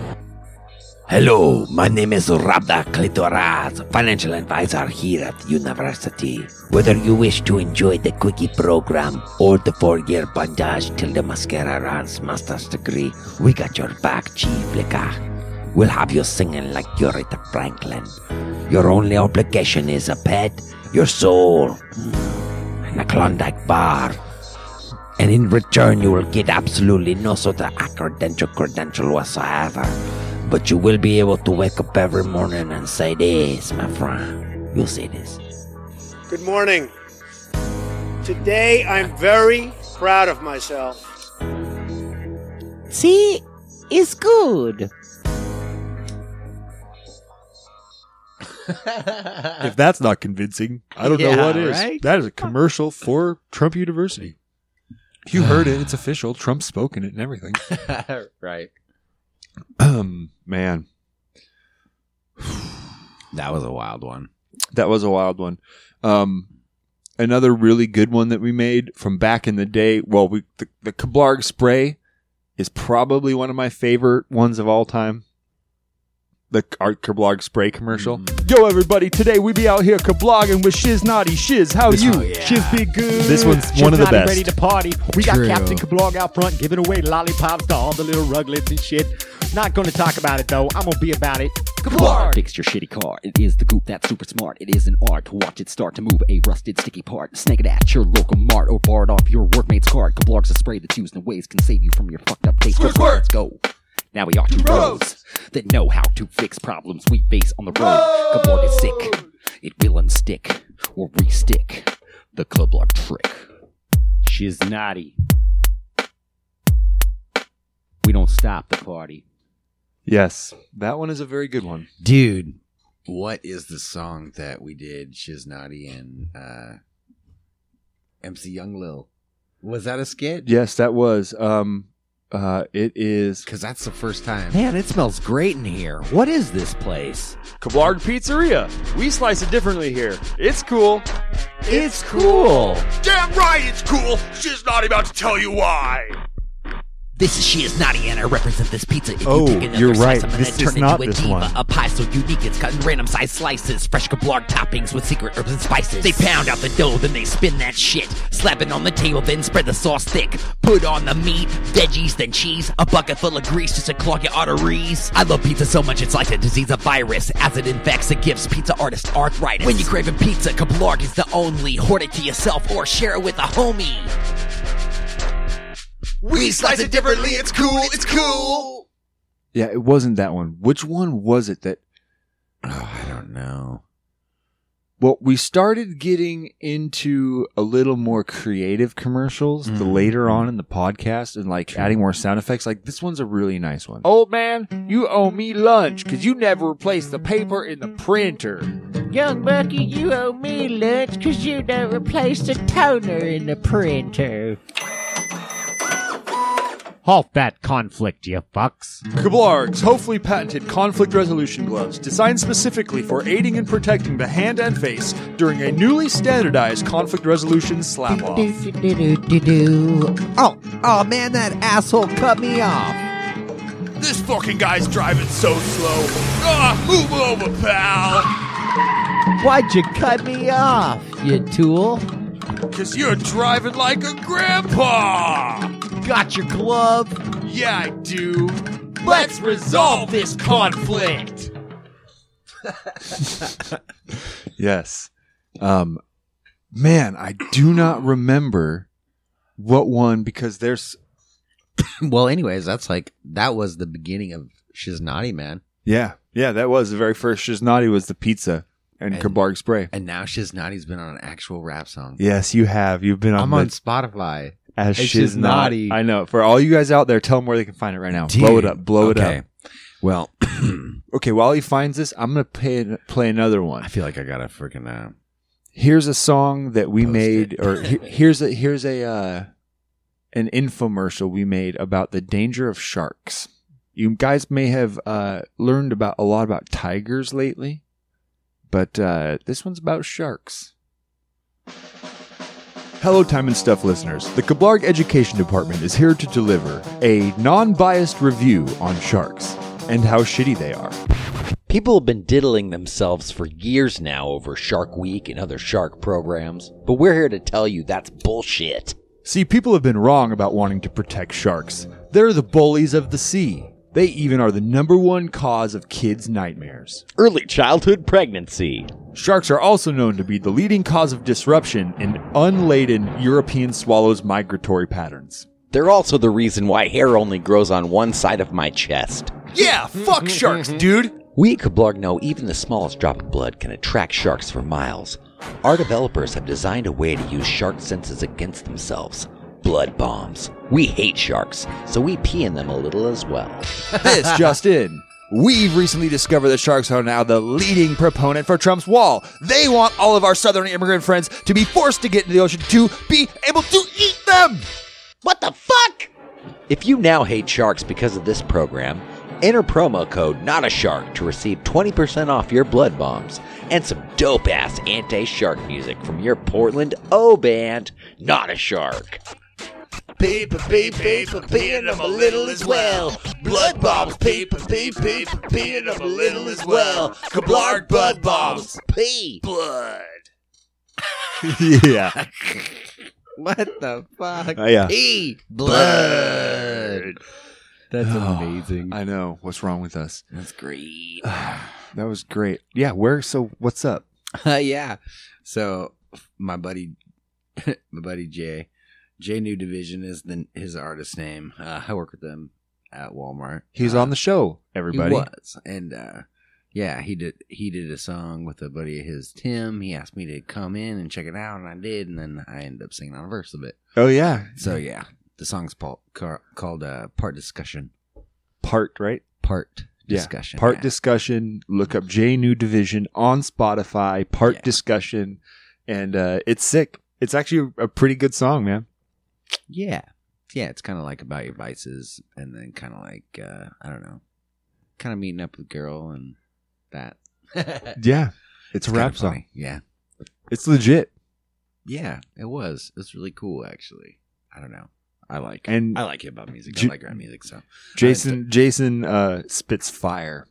[SPEAKER 13] Hello, my name is Rabda Klitoraz, financial advisor here at the university. Whether you wish to enjoy the quickie program or the four-year bondage till the mascara runs master's degree, we got your back, Chief Licka. We'll have you singing like you're at the Franklin. Your only obligation is a pet, your soul, and a Klondike bar. And in return, you will get absolutely no sort of academic credential whatsoever. But you will be able to wake up every morning and say this, my friend. You'll say this.
[SPEAKER 12] Good morning. Today, I'm very proud of myself.
[SPEAKER 14] See, it's good.
[SPEAKER 4] *laughs* If that's not convincing, I don't
[SPEAKER 14] Yeah,
[SPEAKER 4] know what is.
[SPEAKER 14] right?
[SPEAKER 4] That is a commercial for Trump University. You heard it; it's official. Trump's spoken it and everything.
[SPEAKER 3] right.
[SPEAKER 4] Um, *clears throat* man,
[SPEAKER 3] That was a wild one.
[SPEAKER 4] that was a wild one. Um, another really good one that we made from back in the day. Well, we the, the Kablarg spray is probably one of my favorite ones of all time. The Art Kablarg spray commercial. Yo, everybody! Today we be out here kablogging with Shiz Naughty Shiz. How
[SPEAKER 15] This-
[SPEAKER 4] you?
[SPEAKER 15] oh, yeah. Shiz be good.
[SPEAKER 4] This one's
[SPEAKER 15] Shiz
[SPEAKER 4] one of the
[SPEAKER 15] Naughty
[SPEAKER 4] best.
[SPEAKER 15] ready to party. We got
[SPEAKER 4] True.
[SPEAKER 15] Captain Kablog out front giving away lollipops to all the little ruglets and shit. Not going to talk about it though. I'm going to be about it. Kablog.
[SPEAKER 1] Fix your shitty car. It is the goop that's super smart. It is an art to watch it start to move a rusted, sticky part. Snag it at your local mart or bar it off your workmate's card. Kablarg's a spray that's used in ways can save you from your fucked up taste.
[SPEAKER 15] Squirt,
[SPEAKER 1] Let's go. Now we are two bros that know how to fix problems we face on the road. Kablarg is sick. It will unstick or restick the Kablarg trick.
[SPEAKER 10] She's naughty. We don't stop the party.
[SPEAKER 4] Yes, that one is a very good one.
[SPEAKER 3] Dude, what is the song that we did Shiznati and uh, MC Young Lil? Was that a skit?
[SPEAKER 4] Yes, that was. Um, uh, it is
[SPEAKER 3] because that's the first time.
[SPEAKER 10] Man, it smells great in here. What is this place?
[SPEAKER 9] Kablarg Pizzeria. We slice it differently here. It's cool.
[SPEAKER 10] It's cool.
[SPEAKER 9] Damn right it's cool. She's not about to tell you why.
[SPEAKER 1] This is she is naughty and I represent this pizza. If
[SPEAKER 4] Oh,
[SPEAKER 1] you take another
[SPEAKER 4] you're right.
[SPEAKER 1] slice, I'm
[SPEAKER 4] This
[SPEAKER 1] gonna
[SPEAKER 4] is
[SPEAKER 1] turn
[SPEAKER 4] not
[SPEAKER 1] into a
[SPEAKER 4] this
[SPEAKER 1] diva.
[SPEAKER 4] one.
[SPEAKER 1] A pie so unique it's cut in random size slices. Fresh kablarg toppings with secret herbs and spices. They pound out the dough, then they spin that shit. Slap it on the table, then spread the sauce thick. Put on the meat, veggies, then cheese. A bucket full of grease just to clog your arteries. I love pizza so much it's like a disease, a virus. As it infects, it gives pizza artists arthritis. When you're craving pizza, kablarg is the only. Hoard it to yourself or share it with a homie.
[SPEAKER 9] We slice it differently. It's cool. It's cool.
[SPEAKER 4] Yeah, it *sighs* wasn't that one. Which one was it that
[SPEAKER 3] I don't know.
[SPEAKER 4] Well, we started getting into a little more creative commercials the later on in the podcast and like adding more sound effects. Like this one's a really nice one. Old man, you owe me lunch because you never replaced the paper in the printer.
[SPEAKER 16] Young Bucky, you owe me lunch because you don't replace the toner in the printer.
[SPEAKER 15] Halt that conflict, you fucks.
[SPEAKER 8] Kablargs, hopefully patented conflict resolution gloves designed specifically for aiding and protecting the hand and face during a newly standardized conflict resolution slap off.
[SPEAKER 16] Oh,
[SPEAKER 8] oh man, that asshole cut me off. This fucking guy's driving so slow. Ah, move over, pal.
[SPEAKER 16] Why'd you cut me off, you tool?
[SPEAKER 8] Cause you're driving like a grandpa.
[SPEAKER 16] Got your glove?
[SPEAKER 8] Yeah, I do. Let's resolve this conflict.
[SPEAKER 4] Yes. Um, man, I do
[SPEAKER 3] *gasps*
[SPEAKER 4] not remember what one because there's
[SPEAKER 3] *laughs* well, anyways, that's like that was the beginning of Shiznati Man,
[SPEAKER 4] yeah, yeah, that was the very first Shiznati was the pizza and,
[SPEAKER 3] And-
[SPEAKER 4] Kablarg spray.
[SPEAKER 3] and now Shiznati's been on an actual rap song.
[SPEAKER 4] Yes, you have. You've been on
[SPEAKER 3] I'm
[SPEAKER 4] the-
[SPEAKER 3] on Spotify.
[SPEAKER 4] as
[SPEAKER 3] It's
[SPEAKER 4] shiznati.
[SPEAKER 3] Shiznati.
[SPEAKER 4] I know. For all you guys out there, tell them where they can find it right now. blow it
[SPEAKER 3] Dude,
[SPEAKER 4] up. Blow
[SPEAKER 3] okay.
[SPEAKER 4] it up.
[SPEAKER 3] Well, *clears throat*
[SPEAKER 4] okay. While he finds this, I'm gonna play play another one.
[SPEAKER 3] I feel like I gotta freaking uh,
[SPEAKER 4] Here's a song that we made, or he- here's a here's a uh, an infomercial we made about the danger of sharks. You guys may have uh, learned about a lot about tigers lately, but uh, this one's about sharks. Hello, Time and Stuff listeners. The Kablarg Education Department is here to deliver a non biased review on sharks and how shitty they are.
[SPEAKER 1] People have been diddling themselves for years now over Shark Week and other shark programs, but we're here to tell you that's bullshit.
[SPEAKER 4] See, people have been wrong about wanting to protect sharks. They're the bullies of the sea. They even are the number one cause of kids' nightmares.
[SPEAKER 1] Early childhood pregnancy.
[SPEAKER 4] Sharks are also known to be the leading cause of disruption in unladen European swallows' migratory patterns.
[SPEAKER 1] They're also the reason why hair only grows on one side of my chest.
[SPEAKER 8] Yeah, fuck sharks, dude.
[SPEAKER 1] We at Kablarg know even the smallest drop of blood can attract sharks for miles. Our developers have designed a way to use shark senses against themselves blood bombs. We hate sharks, so we pee in them a little as well.
[SPEAKER 4] this just in. We've recently discovered that sharks are now the leading proponent for Trump's wall.
[SPEAKER 8] They want all of our southern immigrant friends to be forced to get into the ocean to be able to eat them.
[SPEAKER 1] What the fuck? If you now hate sharks because of this program, enter promo code Not a Shark to receive 20% off your blood bombs and some dope ass anti shark music from your Portland O band, Not a Shark.
[SPEAKER 2] Paper, paper, paper, peeing them a little as well. Blood bombs, paper, paper, paper, peeing them a little as well. Kablarg blood bombs.
[SPEAKER 1] Pee.
[SPEAKER 2] Blood.
[SPEAKER 4] yeah.
[SPEAKER 3] What the fuck?
[SPEAKER 4] Oh, yeah.
[SPEAKER 2] Pee.
[SPEAKER 4] Blood.
[SPEAKER 3] That's
[SPEAKER 4] Oh,
[SPEAKER 3] amazing.
[SPEAKER 4] I know. What's wrong with us?
[SPEAKER 3] That's great.
[SPEAKER 4] *sighs* That was great. Yeah, where so what's up?
[SPEAKER 3] Uh, *laughs* yeah. So my buddy, *laughs* my buddy Jay, Jay New Division is the his artist name. Uh, I work with them at Walmart. Uh,
[SPEAKER 4] He's on the show, everybody.
[SPEAKER 3] He was, and uh, yeah, he did. He did a song with a buddy of his, Tim. He asked me to come in and check it out, and I did, and then I ended up singing on a verse of it.
[SPEAKER 4] Oh yeah.
[SPEAKER 3] So yeah, the song's pa- car- called uh, "Part Discussion."
[SPEAKER 4] Part, right?
[SPEAKER 3] Part
[SPEAKER 4] Yeah.
[SPEAKER 3] discussion.
[SPEAKER 4] Part discussion. Look up J New Division on Spotify, part discussion. And uh it's sick. It's actually a pretty good song, man.
[SPEAKER 3] Yeah. Yeah, it's kind of like about your vices and then kind of like uh I don't know. Kind of meeting up with girl and that. *laughs*
[SPEAKER 4] Yeah. It's, a
[SPEAKER 3] kinda
[SPEAKER 4] rap song.
[SPEAKER 3] funny, yeah.
[SPEAKER 4] It's legit.
[SPEAKER 3] Yeah, it was. It's really cool actually. I don't know. I like
[SPEAKER 4] And
[SPEAKER 3] I like hip hop music.
[SPEAKER 4] J-
[SPEAKER 3] I like rap music, so
[SPEAKER 4] Jason Jason uh spits fire.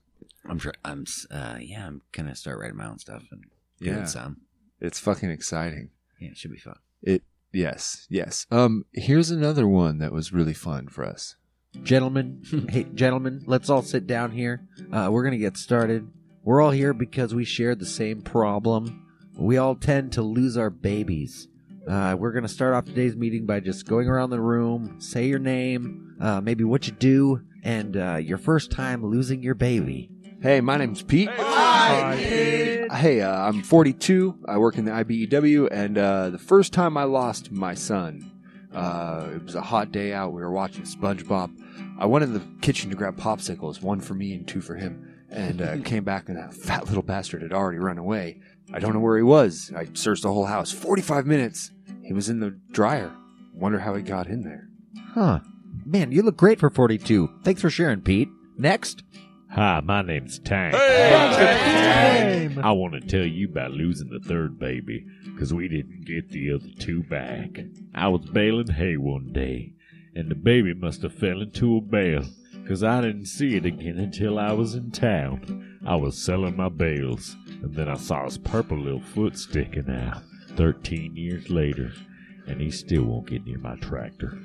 [SPEAKER 3] I'm sure I'm s- uh yeah, I'm going to start writing my own stuff and
[SPEAKER 4] Yeah.
[SPEAKER 3] doing some.
[SPEAKER 4] It's fucking exciting.
[SPEAKER 3] Yeah, it should be fun.
[SPEAKER 4] It yes, yes. Um here's another one that was really fun for us.
[SPEAKER 3] gentlemen, hey, gentlemen, let's all sit down here. Uh, we're gonna get started. We're all here because we share the same problem. We all tend to lose our babies. Uh, we're gonna start off today's meeting by just going around the room, say your name, uh, maybe what you do, and uh, your first time losing your baby.
[SPEAKER 4] Hey, my name's Pete. Uh,
[SPEAKER 2] Hi, kid.
[SPEAKER 4] Hey, uh, I'm 42. I work in the IBEW, and uh, the first time I lost my son, uh, it was a hot day out. We were watching SpongeBob. I went in the kitchen to grab popsicles, one for me and two for him, and uh, came back, and that fat little bastard had already run away. I don't know where he was. I searched the whole house. 45 minutes. He was in the dryer. Wonder how he got in there.
[SPEAKER 3] Huh. Man, you look great for 42. Thanks for sharing, Pete. Next.
[SPEAKER 17] Hi, my name's Tank. I want to tell you about losing the third baby because we didn't get the other two back. I was baling hay one day, and the baby must have fell into a bale because I didn't see it again until I was in town. I was selling my bales, and then I saw his purple little foot sticking out 13 years later, and he still won't get near my tractor.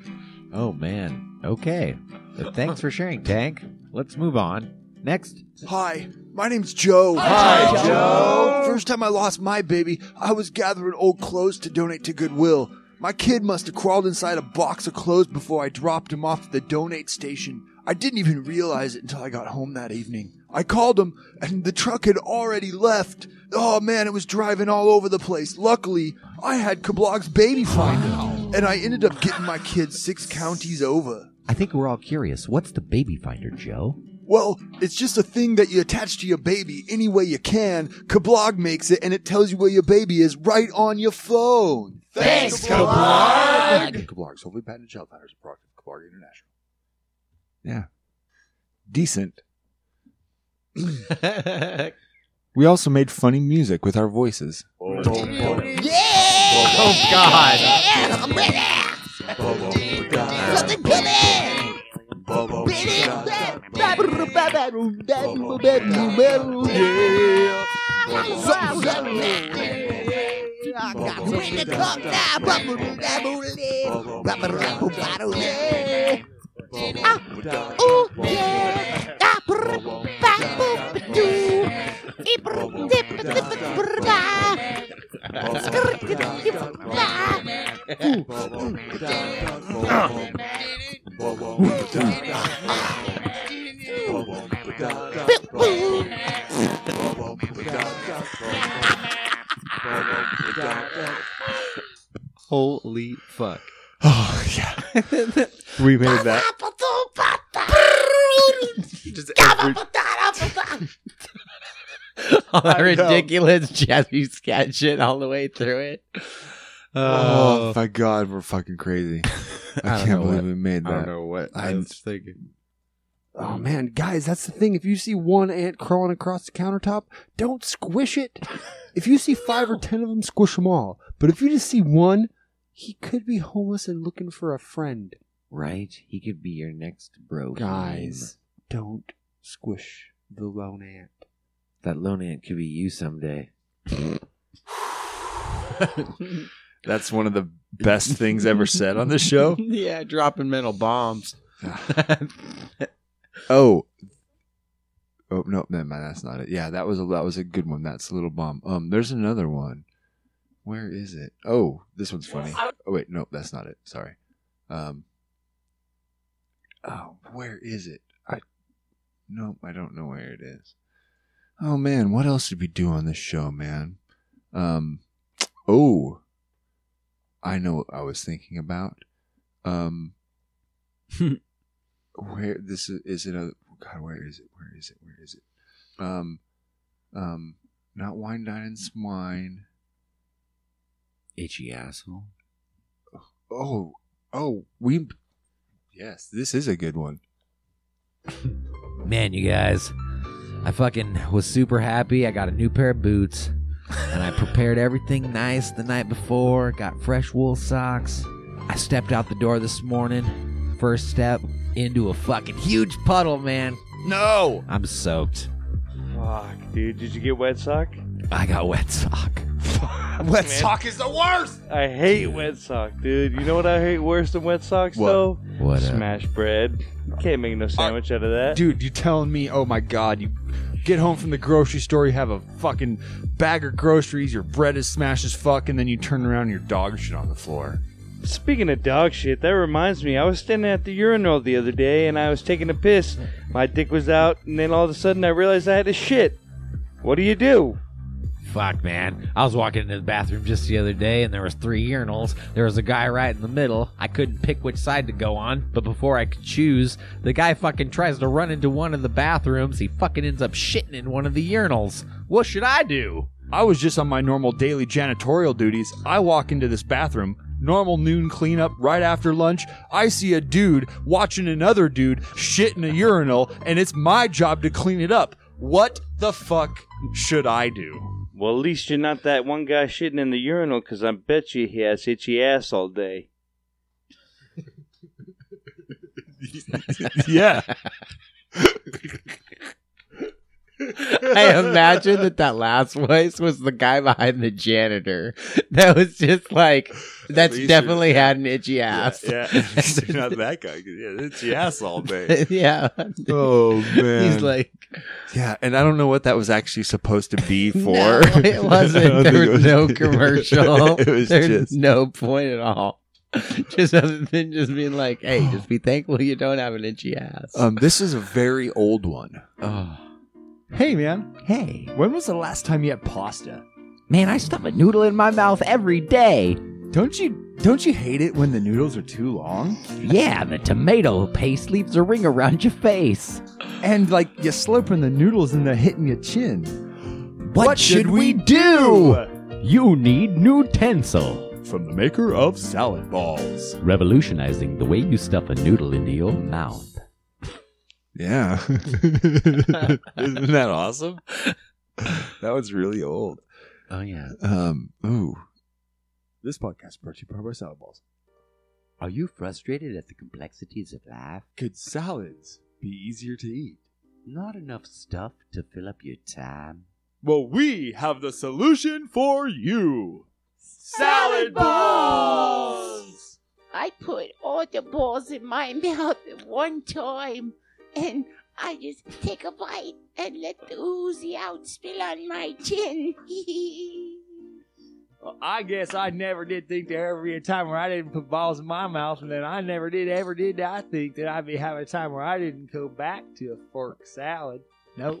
[SPEAKER 3] Oh, man. Okay. Uh, Thanks for sharing, Tank. Let's move on. Next.
[SPEAKER 9] Hi, my name's Joe. Hi, Joe. First time I lost my baby, I was gathering old clothes to donate to Goodwill. My kid must have crawled inside a box of clothes before I dropped him off at the donate station. I didn't even realize it until I got home that evening. I called him, and the truck had already left. Oh man, it was driving all over the place. Luckily, I had Kablog's baby finder, and I ended up getting my kid six counties over.
[SPEAKER 3] I think we're all curious. What's the baby finder, Joe?
[SPEAKER 9] Well, it's just a thing that you attach to your baby any way you can. Kablog makes it, and it tells you where your baby is right on your phone.
[SPEAKER 2] Thanks, Kablog.
[SPEAKER 9] Kablog's hopefully patented child finder is a product of Kablog International.
[SPEAKER 4] Yeah. *laughs* Decent. we also made funny music with our voices.
[SPEAKER 2] Oh God! I'm ready. Something coming. Yeah. When the clock now, bubble babble bubble babble bottle yeah. Ah, ooh yeah, ah, brr, babble doo, Ip, dip, dip, dip, brr, da. Skrrt, dip, dip, da. Ooh, ooh, da. Ah. Bip,
[SPEAKER 3] Holy fuck.
[SPEAKER 9] Oh, yeah.
[SPEAKER 4] we made that.
[SPEAKER 3] *laughs* all that
[SPEAKER 2] I know.
[SPEAKER 3] ridiculous jazzy scat shit all the way through it.
[SPEAKER 4] Oh,
[SPEAKER 3] Oh,
[SPEAKER 4] my God, we're fucking
[SPEAKER 3] *laughs*
[SPEAKER 4] crazy. I,
[SPEAKER 3] don't
[SPEAKER 4] can't
[SPEAKER 3] know
[SPEAKER 4] believe
[SPEAKER 3] what-
[SPEAKER 4] we made that.
[SPEAKER 3] I don't know what I,
[SPEAKER 4] I-
[SPEAKER 3] was thinking.
[SPEAKER 4] Oh man, guys, that's the thing. If you see one ant crawling across the countertop, don't
[SPEAKER 3] *laughs*
[SPEAKER 4] squish it. If you see five or ten of them, squish them all. But if you just see one, he could be homeless and looking for a friend.
[SPEAKER 3] Right? He could be your next bro.
[SPEAKER 4] Guys, don't squish the lone ant.
[SPEAKER 3] That lone ant could be you someday.
[SPEAKER 4] That's one of the best things ever said on this show.
[SPEAKER 3] yeah, dropping mental bombs.
[SPEAKER 4] Oh, oh no, never mind. That's not it. Yeah, that was a that was a good one. That's a little bomb. Um, there's another one. Where is it? Oh, this one's funny. Oh wait, no, that's not it. Sorry. Um. Oh, where is it? I no, I don't know where it is. Oh man, what else did we do on this show, man? Um, oh, I know what I was thinking about. Um, where this is, is it a God? Where is it? Where is it? Where is it? Um, um, not wine, dine, and swine.
[SPEAKER 3] Itchy asshole.
[SPEAKER 4] Oh, oh, we. Yes, this is a good one.
[SPEAKER 3] Man, you guys, I fucking was super happy. I got a new pair of boots. And I prepared everything nice the night before. Got fresh wool socks. I stepped out the door this morning. First step into a fucking huge puddle, man.
[SPEAKER 9] No!
[SPEAKER 3] I'm soaked.
[SPEAKER 18] Fuck, dude. Did you get wet sock?
[SPEAKER 3] I got wet sock.
[SPEAKER 9] Wet
[SPEAKER 18] sock
[SPEAKER 9] is the worst!
[SPEAKER 18] I hate wet sock, dude. You know what I hate worse than wet socks,
[SPEAKER 4] What?
[SPEAKER 18] though?
[SPEAKER 3] What up?
[SPEAKER 18] Smash bread. Can't make no sandwich out of that.
[SPEAKER 8] Dude, you telling me, oh my god, you get home from the grocery store, you have a fucking bag of groceries, your bread is smashed as fuck, and then you turn around and your dog shit on the floor.
[SPEAKER 18] Speaking of dog shit, that reminds me. I was standing at the urinal the other day and I was taking a piss. My dick was out, and then all of a sudden I realized I had to shit. What do you do?
[SPEAKER 15] Fuck, man. I was walking into the bathroom just the other day, and there was three urinals. There was a guy right in the middle. I couldn't pick which side to go on, but before I could choose, the guy fucking tries to run into one of the bathrooms. He fucking ends up shitting in one of the urinals. What should I do?
[SPEAKER 8] I was just on my normal daily janitorial duties. I walk into this bathroom, normal noon cleanup right after lunch. I see a dude watching another dude shit in a urinal, and it's my job to clean it up. What the fuck should I do?
[SPEAKER 18] Well, at least you're not that one guy shitting in the urinal, 'cause I bet you he has itchy ass all day.
[SPEAKER 8] yeah.
[SPEAKER 12] *laughs* I imagine that that last voice was the guy behind the janitor. *laughs* That was just like, that's
[SPEAKER 19] least
[SPEAKER 12] definitely
[SPEAKER 19] you're-
[SPEAKER 12] had an itchy ass.
[SPEAKER 4] *laughs*
[SPEAKER 19] Yeah, yeah. not that guy. 'cause, Yeah, it's your ass all day.
[SPEAKER 12] *laughs* Yeah.
[SPEAKER 4] Oh man.
[SPEAKER 12] *laughs* He's like,
[SPEAKER 4] yeah, and I don't know what that was actually supposed to
[SPEAKER 3] *laughs*
[SPEAKER 4] be for.
[SPEAKER 12] no, it
[SPEAKER 4] *laughs* I don't
[SPEAKER 12] wasn't.
[SPEAKER 4] think
[SPEAKER 12] There
[SPEAKER 4] it
[SPEAKER 12] was
[SPEAKER 1] *laughs*
[SPEAKER 4] was- *laughs*
[SPEAKER 12] no commercial.
[SPEAKER 4] it was
[SPEAKER 12] There's
[SPEAKER 4] just
[SPEAKER 12] no point
[SPEAKER 3] *laughs*
[SPEAKER 12] at all. Just other than just being like, hey, just be thankful you don't have an itchy ass.
[SPEAKER 1] Uh,
[SPEAKER 4] Um, this is a very old one.
[SPEAKER 8] Hey, man.
[SPEAKER 1] Hey.
[SPEAKER 8] When was the last time you had pasta?
[SPEAKER 1] Man, I stuff a noodle in my mouth every day.
[SPEAKER 9] Don't you don't you hate it when the noodles are too long?
[SPEAKER 1] Yeah, the tomato paste leaves a ring around your face.
[SPEAKER 9] And like you're slurping the noodles and they're hitting your chin.
[SPEAKER 1] What,
[SPEAKER 9] should we
[SPEAKER 1] do?
[SPEAKER 20] You need Nutensol
[SPEAKER 9] from the maker of salad balls,
[SPEAKER 20] revolutionizing the way you stuff a noodle into your mouth.
[SPEAKER 4] Yeah. *laughs*
[SPEAKER 20] Isn't
[SPEAKER 4] Isn't that awesome? That was really old.
[SPEAKER 15] Oh yeah.
[SPEAKER 4] Um. Ooh.
[SPEAKER 9] This podcast is brought to you by salad balls.
[SPEAKER 1] Are you frustrated at the complexities of life?
[SPEAKER 9] Could salads be easier to eat?
[SPEAKER 1] Not enough stuff to fill up your time.
[SPEAKER 8] Well, we have the solution for you.
[SPEAKER 14] Salad balls! I put all the balls in my *laughs* mouth at one time, and I just take a bite and let the oozy out spill on my chin. *laughs*
[SPEAKER 18] Well, I guess I never did think there ever be a time where I didn't put balls in my mouth, and then I never did ever did I think that I'd be having a time where I didn't go back to a fork salad. No.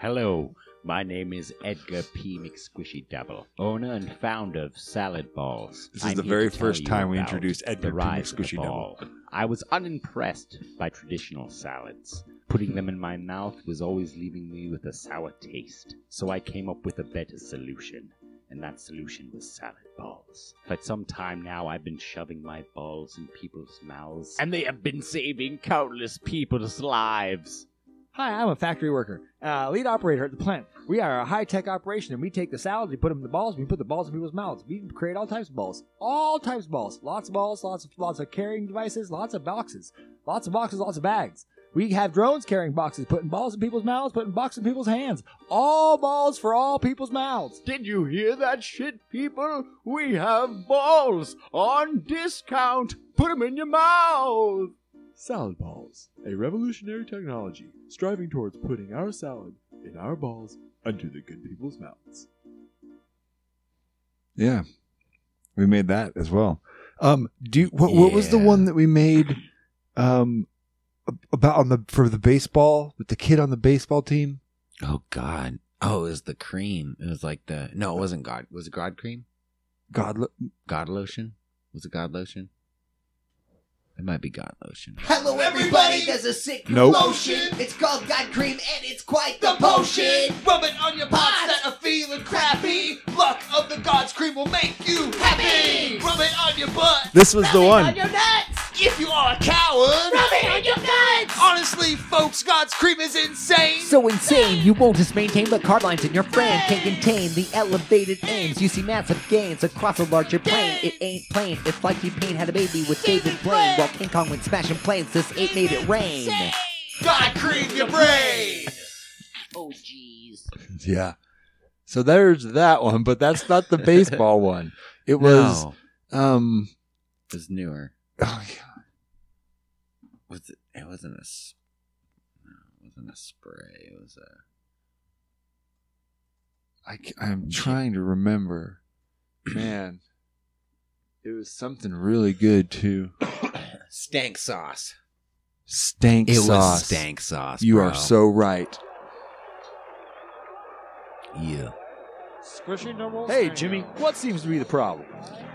[SPEAKER 15] Hello, my name is Edgar P. McSquishy Double, owner and founder of Salad Balls.
[SPEAKER 4] This is
[SPEAKER 15] I'm
[SPEAKER 4] the
[SPEAKER 15] here to
[SPEAKER 4] very
[SPEAKER 15] tell
[SPEAKER 4] first
[SPEAKER 15] you
[SPEAKER 4] time we
[SPEAKER 15] about
[SPEAKER 4] introduced Edgar
[SPEAKER 15] the
[SPEAKER 4] P.
[SPEAKER 15] rise of the
[SPEAKER 4] McSquishy Double.
[SPEAKER 15] ball. I was unimpressed by traditional salads. Putting them in my mouth was always leaving me with a sour taste, so I came up with a better solution. And that solution was salad balls. For some time now, I've been shoving my balls in people's mouths, and they have been saving countless people's lives.
[SPEAKER 8] Hi, I'm a factory worker, uh, lead operator at the plant. We are a high tech operation, and we take the salads, we put them in the balls, we put the balls in people's mouths. We create all types of balls, all types of balls, lots of balls, lots of lots of carrying devices, lots of boxes, lots of boxes, lots of bags. We have drones carrying boxes, putting balls in people's mouths, putting boxes in people's hands. All balls for all people's mouths.
[SPEAKER 21] Did you hear that shit, people? We have balls on discount. Put 'em in your mouth.
[SPEAKER 9] Salad balls, a revolutionary technology striving towards putting our salad in our balls under the good people's mouths.
[SPEAKER 4] Yeah. We made that as well. Um. Do you, what? What was the one that we made? Um. ab- About on the for the baseball with the kid on the baseball team.
[SPEAKER 3] Oh God. Oh, it was the cream. It was like the no, it wasn't God. Was it God cream?
[SPEAKER 4] God lo-
[SPEAKER 3] God lotion? Was it God lotion? It might be God lotion.
[SPEAKER 2] Hello, everybody. There's a sick
[SPEAKER 3] Nope.
[SPEAKER 2] lotion. It's called God Cream, and it's quite the potion. Rub it on your pots that are feeling crappy. Luck of the God's Cream will make you happy. Rub it on your butt.
[SPEAKER 8] This was the
[SPEAKER 2] Rub it
[SPEAKER 8] one.
[SPEAKER 2] on your nuts. If you are a coward,
[SPEAKER 14] Rub it on your nuts.
[SPEAKER 2] Honestly, folks, God's Cream is insane.
[SPEAKER 1] So insane, you won't just maintain the card lines in your frame. Can't contain the elevated aims. You see massive gains across a larger plane. It ain't plain. It's like you pain had a baby with David Blaine. While King Kong went smashing planes, this eight made it rain.
[SPEAKER 2] God Cream your brain.
[SPEAKER 14] Oh, jeez.
[SPEAKER 4] Yeah. So there's that one, but that's not
[SPEAKER 3] *laughs*
[SPEAKER 4] the baseball one. It was
[SPEAKER 3] No.
[SPEAKER 4] um
[SPEAKER 3] It was newer.
[SPEAKER 4] Oh yeah.
[SPEAKER 3] Was it it wasn't a s- no, it wasn't a spray. It was a
[SPEAKER 4] I, am trying to remember. Man. It was something really good too.
[SPEAKER 3] stank sauce.
[SPEAKER 4] Stank
[SPEAKER 3] It was
[SPEAKER 4] sauce.
[SPEAKER 3] stank sauce,
[SPEAKER 4] You
[SPEAKER 3] bro.
[SPEAKER 4] are so right.
[SPEAKER 3] Yeah.
[SPEAKER 22] Squishy noodles?
[SPEAKER 8] Hey, Jimmy, what seems to be the problem?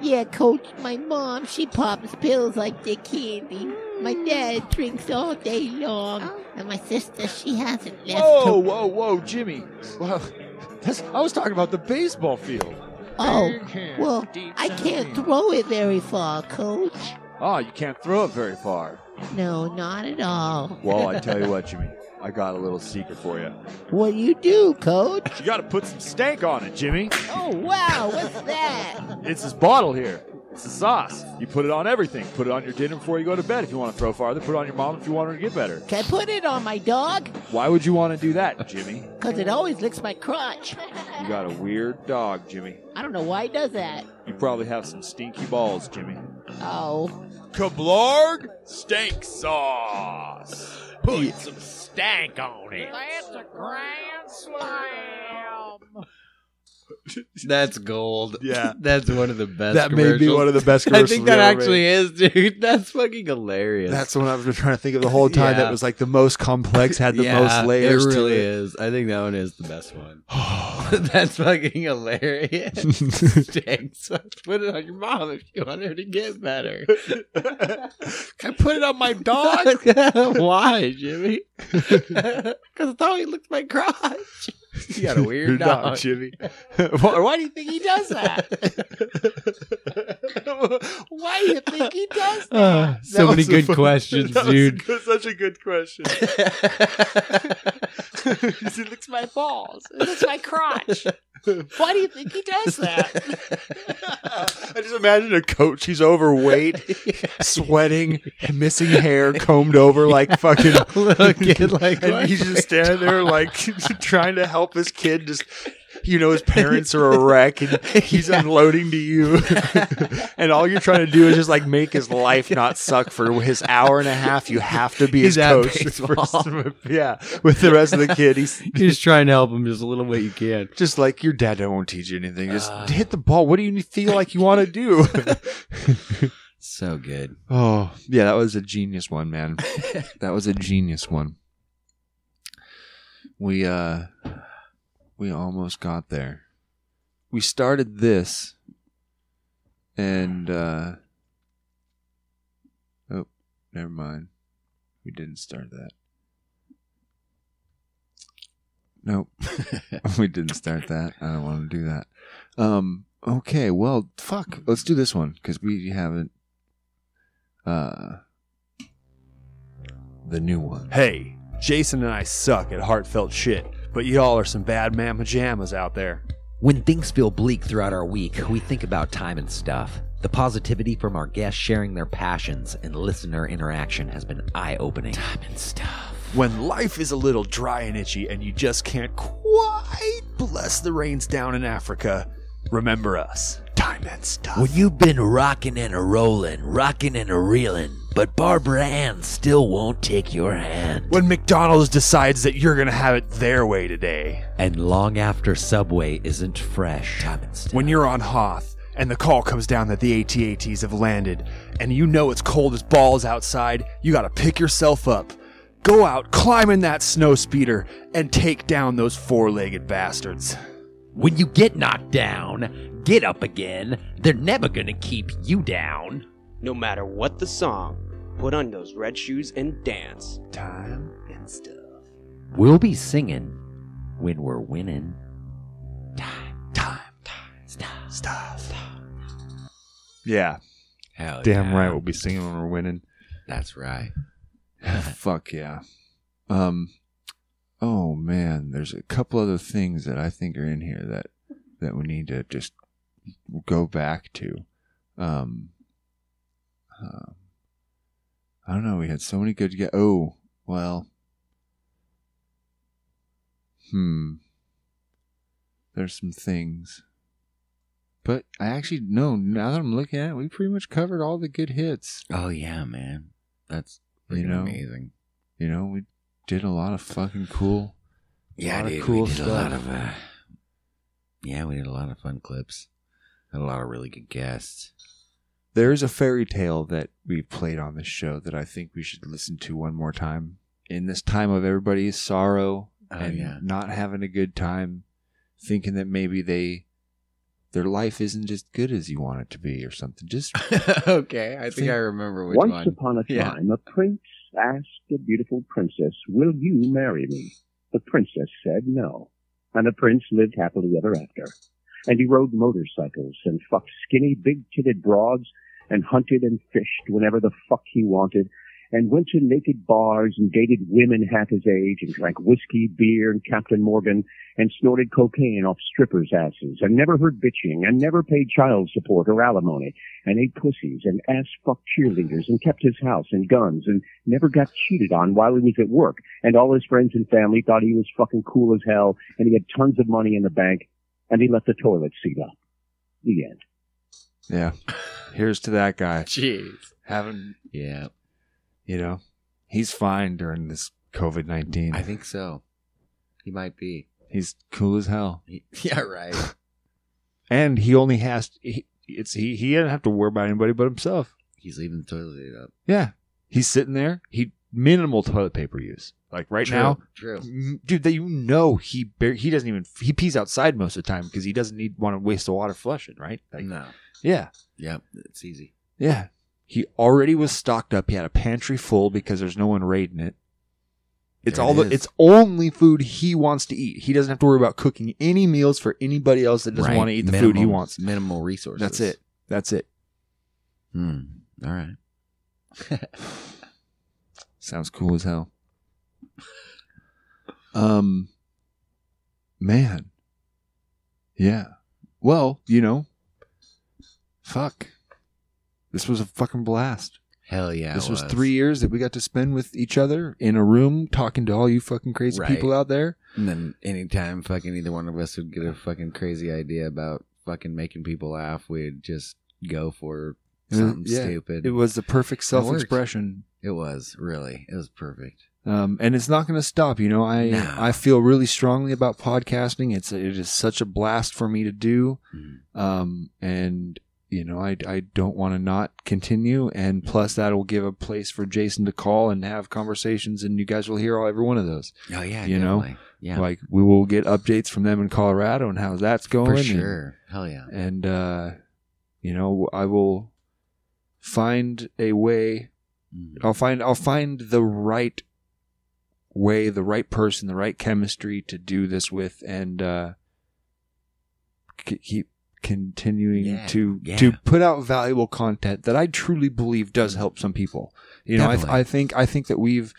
[SPEAKER 14] Yeah, coach, my mom, she pops pills like they're candy. My dad drinks all day long. And my sister, she hasn't left.
[SPEAKER 8] Whoa,
[SPEAKER 14] her-
[SPEAKER 8] whoa, whoa, Jimmy. Well, *laughs* that's, I was talking about the baseball field.
[SPEAKER 14] Oh, well, I can't throw it very far, coach.
[SPEAKER 8] Oh, you can't throw it very far.
[SPEAKER 14] No, not at all.
[SPEAKER 8] Well, I tell you what, Jimmy, I got a little secret for you.
[SPEAKER 14] What do you do, coach?
[SPEAKER 8] You got to put some stank on it, Jimmy.
[SPEAKER 14] Oh, wow, what's that?
[SPEAKER 8] It's this bottle here. It's the sauce. You put it on everything. Put it on your dinner before you go to bed if you want to throw farther. Put it on your mom if you want her to get better.
[SPEAKER 14] Can I put it on my dog?
[SPEAKER 8] Why would you want to do that, Jimmy?
[SPEAKER 14] Because it always licks my crotch.
[SPEAKER 8] You got a weird dog, Jimmy.
[SPEAKER 14] I don't know why it does that.
[SPEAKER 8] You probably have some stinky balls, Jimmy.
[SPEAKER 14] Oh.
[SPEAKER 23] Kablarg steak sauce. Put some stank on it.
[SPEAKER 24] That's a grand slam.
[SPEAKER 2] That's gold.
[SPEAKER 8] Yeah.
[SPEAKER 2] *laughs* That's one of the best
[SPEAKER 8] That may be
[SPEAKER 2] commercials.
[SPEAKER 8] one of the best
[SPEAKER 2] *laughs* I
[SPEAKER 8] commercials
[SPEAKER 2] think that
[SPEAKER 8] we ever
[SPEAKER 2] actually is, dude. *laughs* That's fucking hilarious.
[SPEAKER 8] That's what I've been trying to think of the whole time.
[SPEAKER 2] Yeah.
[SPEAKER 8] That was like the most complex, had the
[SPEAKER 2] *laughs* Yeah,
[SPEAKER 8] most layers.
[SPEAKER 2] It really
[SPEAKER 8] to it.
[SPEAKER 2] is. I think that one is the best one. *laughs* That's fucking hilarious. Dang, so put it on your mom if you want her to get better.
[SPEAKER 24] Can I put it on my dog?
[SPEAKER 2] *laughs* Why, Jimmy? *laughs* Because I thought he looked my crotch. You got a
[SPEAKER 8] You're *laughs*
[SPEAKER 2] weird
[SPEAKER 8] not,
[SPEAKER 2] *laughs* dog.
[SPEAKER 8] Jimmy.
[SPEAKER 2] why, why do you think he does *laughs* that?
[SPEAKER 24] Why do you think he does that?
[SPEAKER 2] Uh, so many
[SPEAKER 8] was a
[SPEAKER 2] good
[SPEAKER 8] fun-
[SPEAKER 2] questions,
[SPEAKER 8] that was
[SPEAKER 2] dude.
[SPEAKER 8] good- such a good question.
[SPEAKER 24] it looks my balls. It looks my crotch. Why do you think he does that?
[SPEAKER 8] I just imagine a coach. He's *laughs* overweight, sweating, missing hair, combed over like fucking.
[SPEAKER 2] Little kid,
[SPEAKER 8] *laughs*
[SPEAKER 2] like,
[SPEAKER 8] and
[SPEAKER 2] "Why
[SPEAKER 3] *laughs*
[SPEAKER 8] he's
[SPEAKER 2] my
[SPEAKER 8] just standing there like *laughs* trying to help his kid. Just you know, his parents are a wreck,
[SPEAKER 3] *laughs*
[SPEAKER 8] and he's unloading to you. and all you're trying to do is just like make his
[SPEAKER 2] *laughs*
[SPEAKER 8] life not suck for his hour and a half. You have to be
[SPEAKER 2] He's
[SPEAKER 8] his
[SPEAKER 2] at
[SPEAKER 8] coach.
[SPEAKER 2] baseball.
[SPEAKER 8] For- yeah, with the rest of the kid, he's
[SPEAKER 2] *laughs* He's trying to help him just a little way you can. Uh.
[SPEAKER 8] just like your dad won't teach you anything. Just hit the ball. What do you feel like you want to
[SPEAKER 2] *laughs*
[SPEAKER 8] do?
[SPEAKER 2] So good.
[SPEAKER 8] Oh, yeah, that was a genius one, man. that was a genius one. We uh we almost got there. We started this and uh Oh, never mind. We didn't start that. Nope. *laughs* we didn't start that. I don't want to do that. Um okay, well, fuck. Let's do this one cuz we haven't uh the new one. Hey, Jason and I suck at heartfelt shit, but y'all are some bad man pajamas out there.
[SPEAKER 1] When things feel bleak throughout our week, we think about time and stuff. The positivity from our guests sharing their passions and listener interaction has been eye opening. Time and stuff.
[SPEAKER 8] When life is a little dry and itchy and you just can't quite bless the rains down in Africa, remember us. Time and stuff.
[SPEAKER 25] When you've been rocking and a rolling, rocking and a reeling, but Barbara Ann still won't take your hand.
[SPEAKER 8] When McDonald's decides that you're gonna have it their way today.
[SPEAKER 1] And long after Subway isn't fresh. Time and stuff.
[SPEAKER 8] When you're on Hoth and the call comes down that the ATATs have landed and you know it's cold as balls outside, you gotta pick yourself up. Go out, climb in that snow speeder, and take down those four legged bastards.
[SPEAKER 1] When you get knocked down, get up again. They're never gonna keep you down.
[SPEAKER 26] No matter what the song, put on those red shoes and dance.
[SPEAKER 8] Time
[SPEAKER 26] and stuff.
[SPEAKER 1] We'll be singing when we're winning.
[SPEAKER 8] Yeah.
[SPEAKER 2] Hell
[SPEAKER 8] Damn right we'll be singing when we're winning.
[SPEAKER 2] That's right.
[SPEAKER 8] *laughs* Fuck yeah. Um oh man, there's a couple other things that I think are in here that that we need to just go back to. Um um, I don't know, we had so many good ge- oh, well. Hmm. There's some things. But I actually no, now that I'm looking at it, we pretty much covered all the good hits.
[SPEAKER 4] Oh yeah, man. That's
[SPEAKER 8] You
[SPEAKER 4] freaking
[SPEAKER 8] know?
[SPEAKER 4] amazing.
[SPEAKER 8] You know, we did a lot of fucking cool.
[SPEAKER 4] Yeah,
[SPEAKER 8] lot of
[SPEAKER 4] dude, we did a lot of, uh, Yeah, we did a lot of fun clips. Had a lot of really good guests.
[SPEAKER 8] there is a fairy tale that we played on this show that I think we should listen to one more time. In this time of everybody's sorrow
[SPEAKER 4] Oh,
[SPEAKER 8] and
[SPEAKER 4] *laughs* yeah.
[SPEAKER 8] not having a good time,
[SPEAKER 4] thinking that maybe they their life isn't as good as you want it to be or something. *laughs* Just
[SPEAKER 27] okay, I think I remember which
[SPEAKER 6] Once
[SPEAKER 27] one.
[SPEAKER 4] *laughs*
[SPEAKER 6] upon a
[SPEAKER 27] Yeah.
[SPEAKER 6] time, a prince asked a beautiful princess, Will you marry me? The princess said no. And the prince lived happily ever after. And he rode motorcycles and fucked skinny, big titted broads and hunted and fished whenever the fuck he wanted and went to naked bars and dated women half his age and drank whiskey, beer, and Captain Morgan and snorted cocaine off strippers' asses and never heard bitching and never paid child support or alimony and ate pussies and ass fucked cheerleaders and kept his house and guns and never got cheated on while he was at work and all his friends and family thought he was fucking cool as hell and he had tons of money in the bank and he left the toilet seat up. The end.
[SPEAKER 4] yeah. Here's to that guy.
[SPEAKER 27] Jeez.
[SPEAKER 4] Haven't yeah. You know, he's fine during this COVID nineteen. I
[SPEAKER 15] think so. He might be.
[SPEAKER 4] He's cool as hell. *laughs*
[SPEAKER 15] Yeah, right.
[SPEAKER 4] And he only has he, it's he he doesn't have to worry about anybody but himself.
[SPEAKER 15] He's leaving the toilet seat up.
[SPEAKER 4] Yeah. He's sitting there. He minimal toilet paper use. Like right
[SPEAKER 15] True,
[SPEAKER 4] now,
[SPEAKER 15] true.
[SPEAKER 4] m- dude. That you know he bar- he doesn't even he pees outside most of the time because he doesn't need want to waste the water flushing. Right? Like,
[SPEAKER 15] no.
[SPEAKER 4] Yeah.
[SPEAKER 15] Yep. It's easy.
[SPEAKER 4] Yeah. He already was stocked up. He had a pantry full because there's no one raiding it. It's
[SPEAKER 15] There it
[SPEAKER 4] all the,
[SPEAKER 15] is.
[SPEAKER 4] it's only food he wants to eat. He doesn't have to worry about cooking any meals for anybody else that doesn't
[SPEAKER 15] Right.
[SPEAKER 4] want to eat the food he
[SPEAKER 15] Minimal-
[SPEAKER 4] wants.
[SPEAKER 15] Minimal resources.
[SPEAKER 4] That's it. That's it.
[SPEAKER 15] Hmm. All right. *laughs*
[SPEAKER 4] Sounds cool as hell. Um man. Yeah. Well, you know, fuck. This was a fucking blast.
[SPEAKER 15] Hell yeah.
[SPEAKER 4] this
[SPEAKER 15] it
[SPEAKER 4] was. 3 years that we got to spend with each other in a room talking to all you fucking crazy
[SPEAKER 15] Right.
[SPEAKER 4] people out there.
[SPEAKER 15] And then anytime fucking either one of us would get a fucking crazy idea about fucking making people laugh, we'd just go for
[SPEAKER 4] It was-
[SPEAKER 15] something
[SPEAKER 4] yeah,
[SPEAKER 15] stupid.
[SPEAKER 4] it was the perfect
[SPEAKER 15] It worked.
[SPEAKER 4] self-expression.
[SPEAKER 15] It was really. It was perfect.
[SPEAKER 4] Um, and it's not going to stop. You know, I
[SPEAKER 15] No.
[SPEAKER 4] I feel really strongly about podcasting. It's it is such a blast for me to do,
[SPEAKER 15] Mm.
[SPEAKER 4] um, and you know, I I don't want to not continue. And plus, that will give a place for Jason to call and have conversations, and you guys will hear all every one of those.
[SPEAKER 15] Oh yeah,
[SPEAKER 4] you know,
[SPEAKER 15] definitely. Yeah.
[SPEAKER 4] like we will get updates from them in Colorado and how that's going.
[SPEAKER 15] oh,
[SPEAKER 4] and-
[SPEAKER 15] sure. Hell yeah.
[SPEAKER 4] and uh, you know I will find a way.
[SPEAKER 15] Mm.
[SPEAKER 4] I'll find I'll find the right way, the right person, the right chemistry to do this with, and uh, c- keep continuing
[SPEAKER 15] Yeah,
[SPEAKER 4] to
[SPEAKER 15] yeah.
[SPEAKER 4] to put out valuable content that I truly believe does help some people. You know,
[SPEAKER 15] Definitely.
[SPEAKER 4] I, I think I think that we've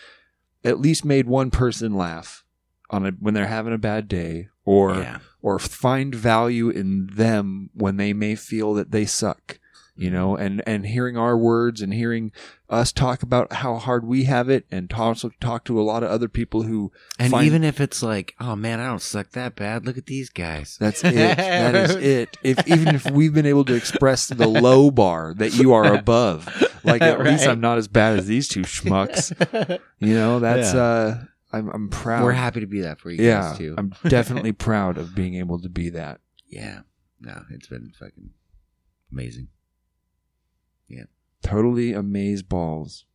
[SPEAKER 4] at least made one person laugh on a, when they're having a bad day, or
[SPEAKER 15] Yeah.
[SPEAKER 4] or find value in them when they may feel that they suck. You
[SPEAKER 15] Mm-hmm.
[SPEAKER 4] know, and and hearing our words and hearing us talk about how hard we have it, and talk talk to a lot of other people who
[SPEAKER 15] And
[SPEAKER 4] find-
[SPEAKER 15] even if it's like, oh man, I don't suck that bad. Look at these guys.
[SPEAKER 4] That's it.
[SPEAKER 15] *laughs*
[SPEAKER 4] That is it. If even if we've been able to express the low bar that you are above, *laughs*
[SPEAKER 15] *laughs*
[SPEAKER 4] like at least
[SPEAKER 15] Right.
[SPEAKER 4] I'm not as bad as these two schmucks.
[SPEAKER 15] *laughs*
[SPEAKER 4] You know, that's
[SPEAKER 15] Yeah.
[SPEAKER 4] uh I'm I'm proud.
[SPEAKER 15] We're happy to be that for you
[SPEAKER 4] yeah,
[SPEAKER 15] guys too. *laughs*
[SPEAKER 4] I'm definitely proud of being able to be that.
[SPEAKER 15] Yeah. No, it's been fucking amazing. Yeah.
[SPEAKER 4] Totally amazed balls.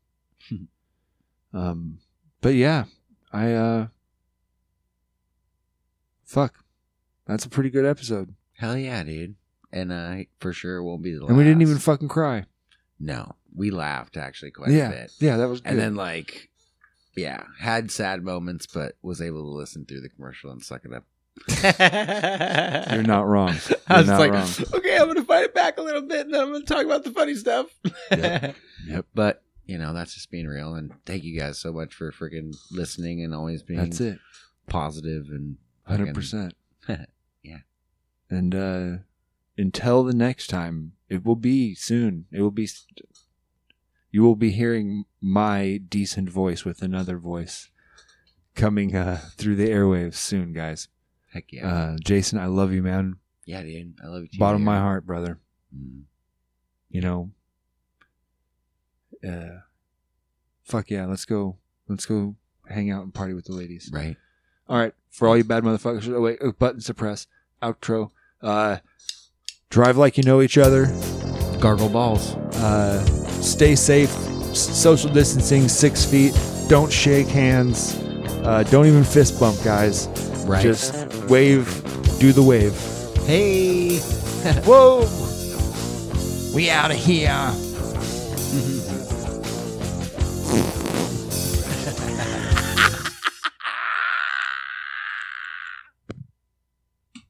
[SPEAKER 4] um but yeah, I uh fuck. That's a pretty good episode.
[SPEAKER 15] Hell yeah, dude. And I for sure won't be the last.
[SPEAKER 4] And we didn't even fucking cry.
[SPEAKER 15] No, we laughed actually quite
[SPEAKER 4] Yeah.
[SPEAKER 15] a bit.
[SPEAKER 4] Yeah, that was
[SPEAKER 15] And
[SPEAKER 4] good.
[SPEAKER 15] then like, yeah, had sad moments, but was able to listen through the commercial and suck it up.
[SPEAKER 4] *laughs*
[SPEAKER 15] *laughs*
[SPEAKER 4] You're not wrong. You're
[SPEAKER 15] I was
[SPEAKER 4] not
[SPEAKER 15] like,
[SPEAKER 3] *laughs*
[SPEAKER 4] wrong.
[SPEAKER 15] okay, I'm going to fight it back a little bit, and then I'm going to talk about the funny stuff.
[SPEAKER 4] Yep.
[SPEAKER 15] But you know, that's just being real. And thank you guys so much for freaking listening and always being
[SPEAKER 4] That's it.
[SPEAKER 15] positive and
[SPEAKER 4] Hundred
[SPEAKER 15] *laughs*
[SPEAKER 4] percent.
[SPEAKER 15] fucking-
[SPEAKER 4] And uh, until the next time, it will be soon. It will be. You will be hearing my decent voice with another voice coming uh, through the airwaves soon, guys.
[SPEAKER 15] Heck yeah.
[SPEAKER 4] Uh, Jason, I love you, man.
[SPEAKER 15] yeah, dude, I love you. too,
[SPEAKER 4] Bottom of
[SPEAKER 15] dude.
[SPEAKER 4] my heart, brother.
[SPEAKER 15] Mm.
[SPEAKER 4] You know. Uh, fuck yeah! Let's go. Let's go hang out and party with the ladies.
[SPEAKER 15] Right.
[SPEAKER 4] All right, for all you bad motherfuckers, oh, wait, oh, button suppress, outro. Uh, drive like you know each other.
[SPEAKER 15] Gargle balls.
[SPEAKER 4] Uh, stay safe. S- Social distancing, six feet. Don't shake hands. Uh, don't even fist bump, guys.
[SPEAKER 15] Right.
[SPEAKER 4] Just wave,
[SPEAKER 28] Do the wave.
[SPEAKER 4] Hey. Whoa. We out of here.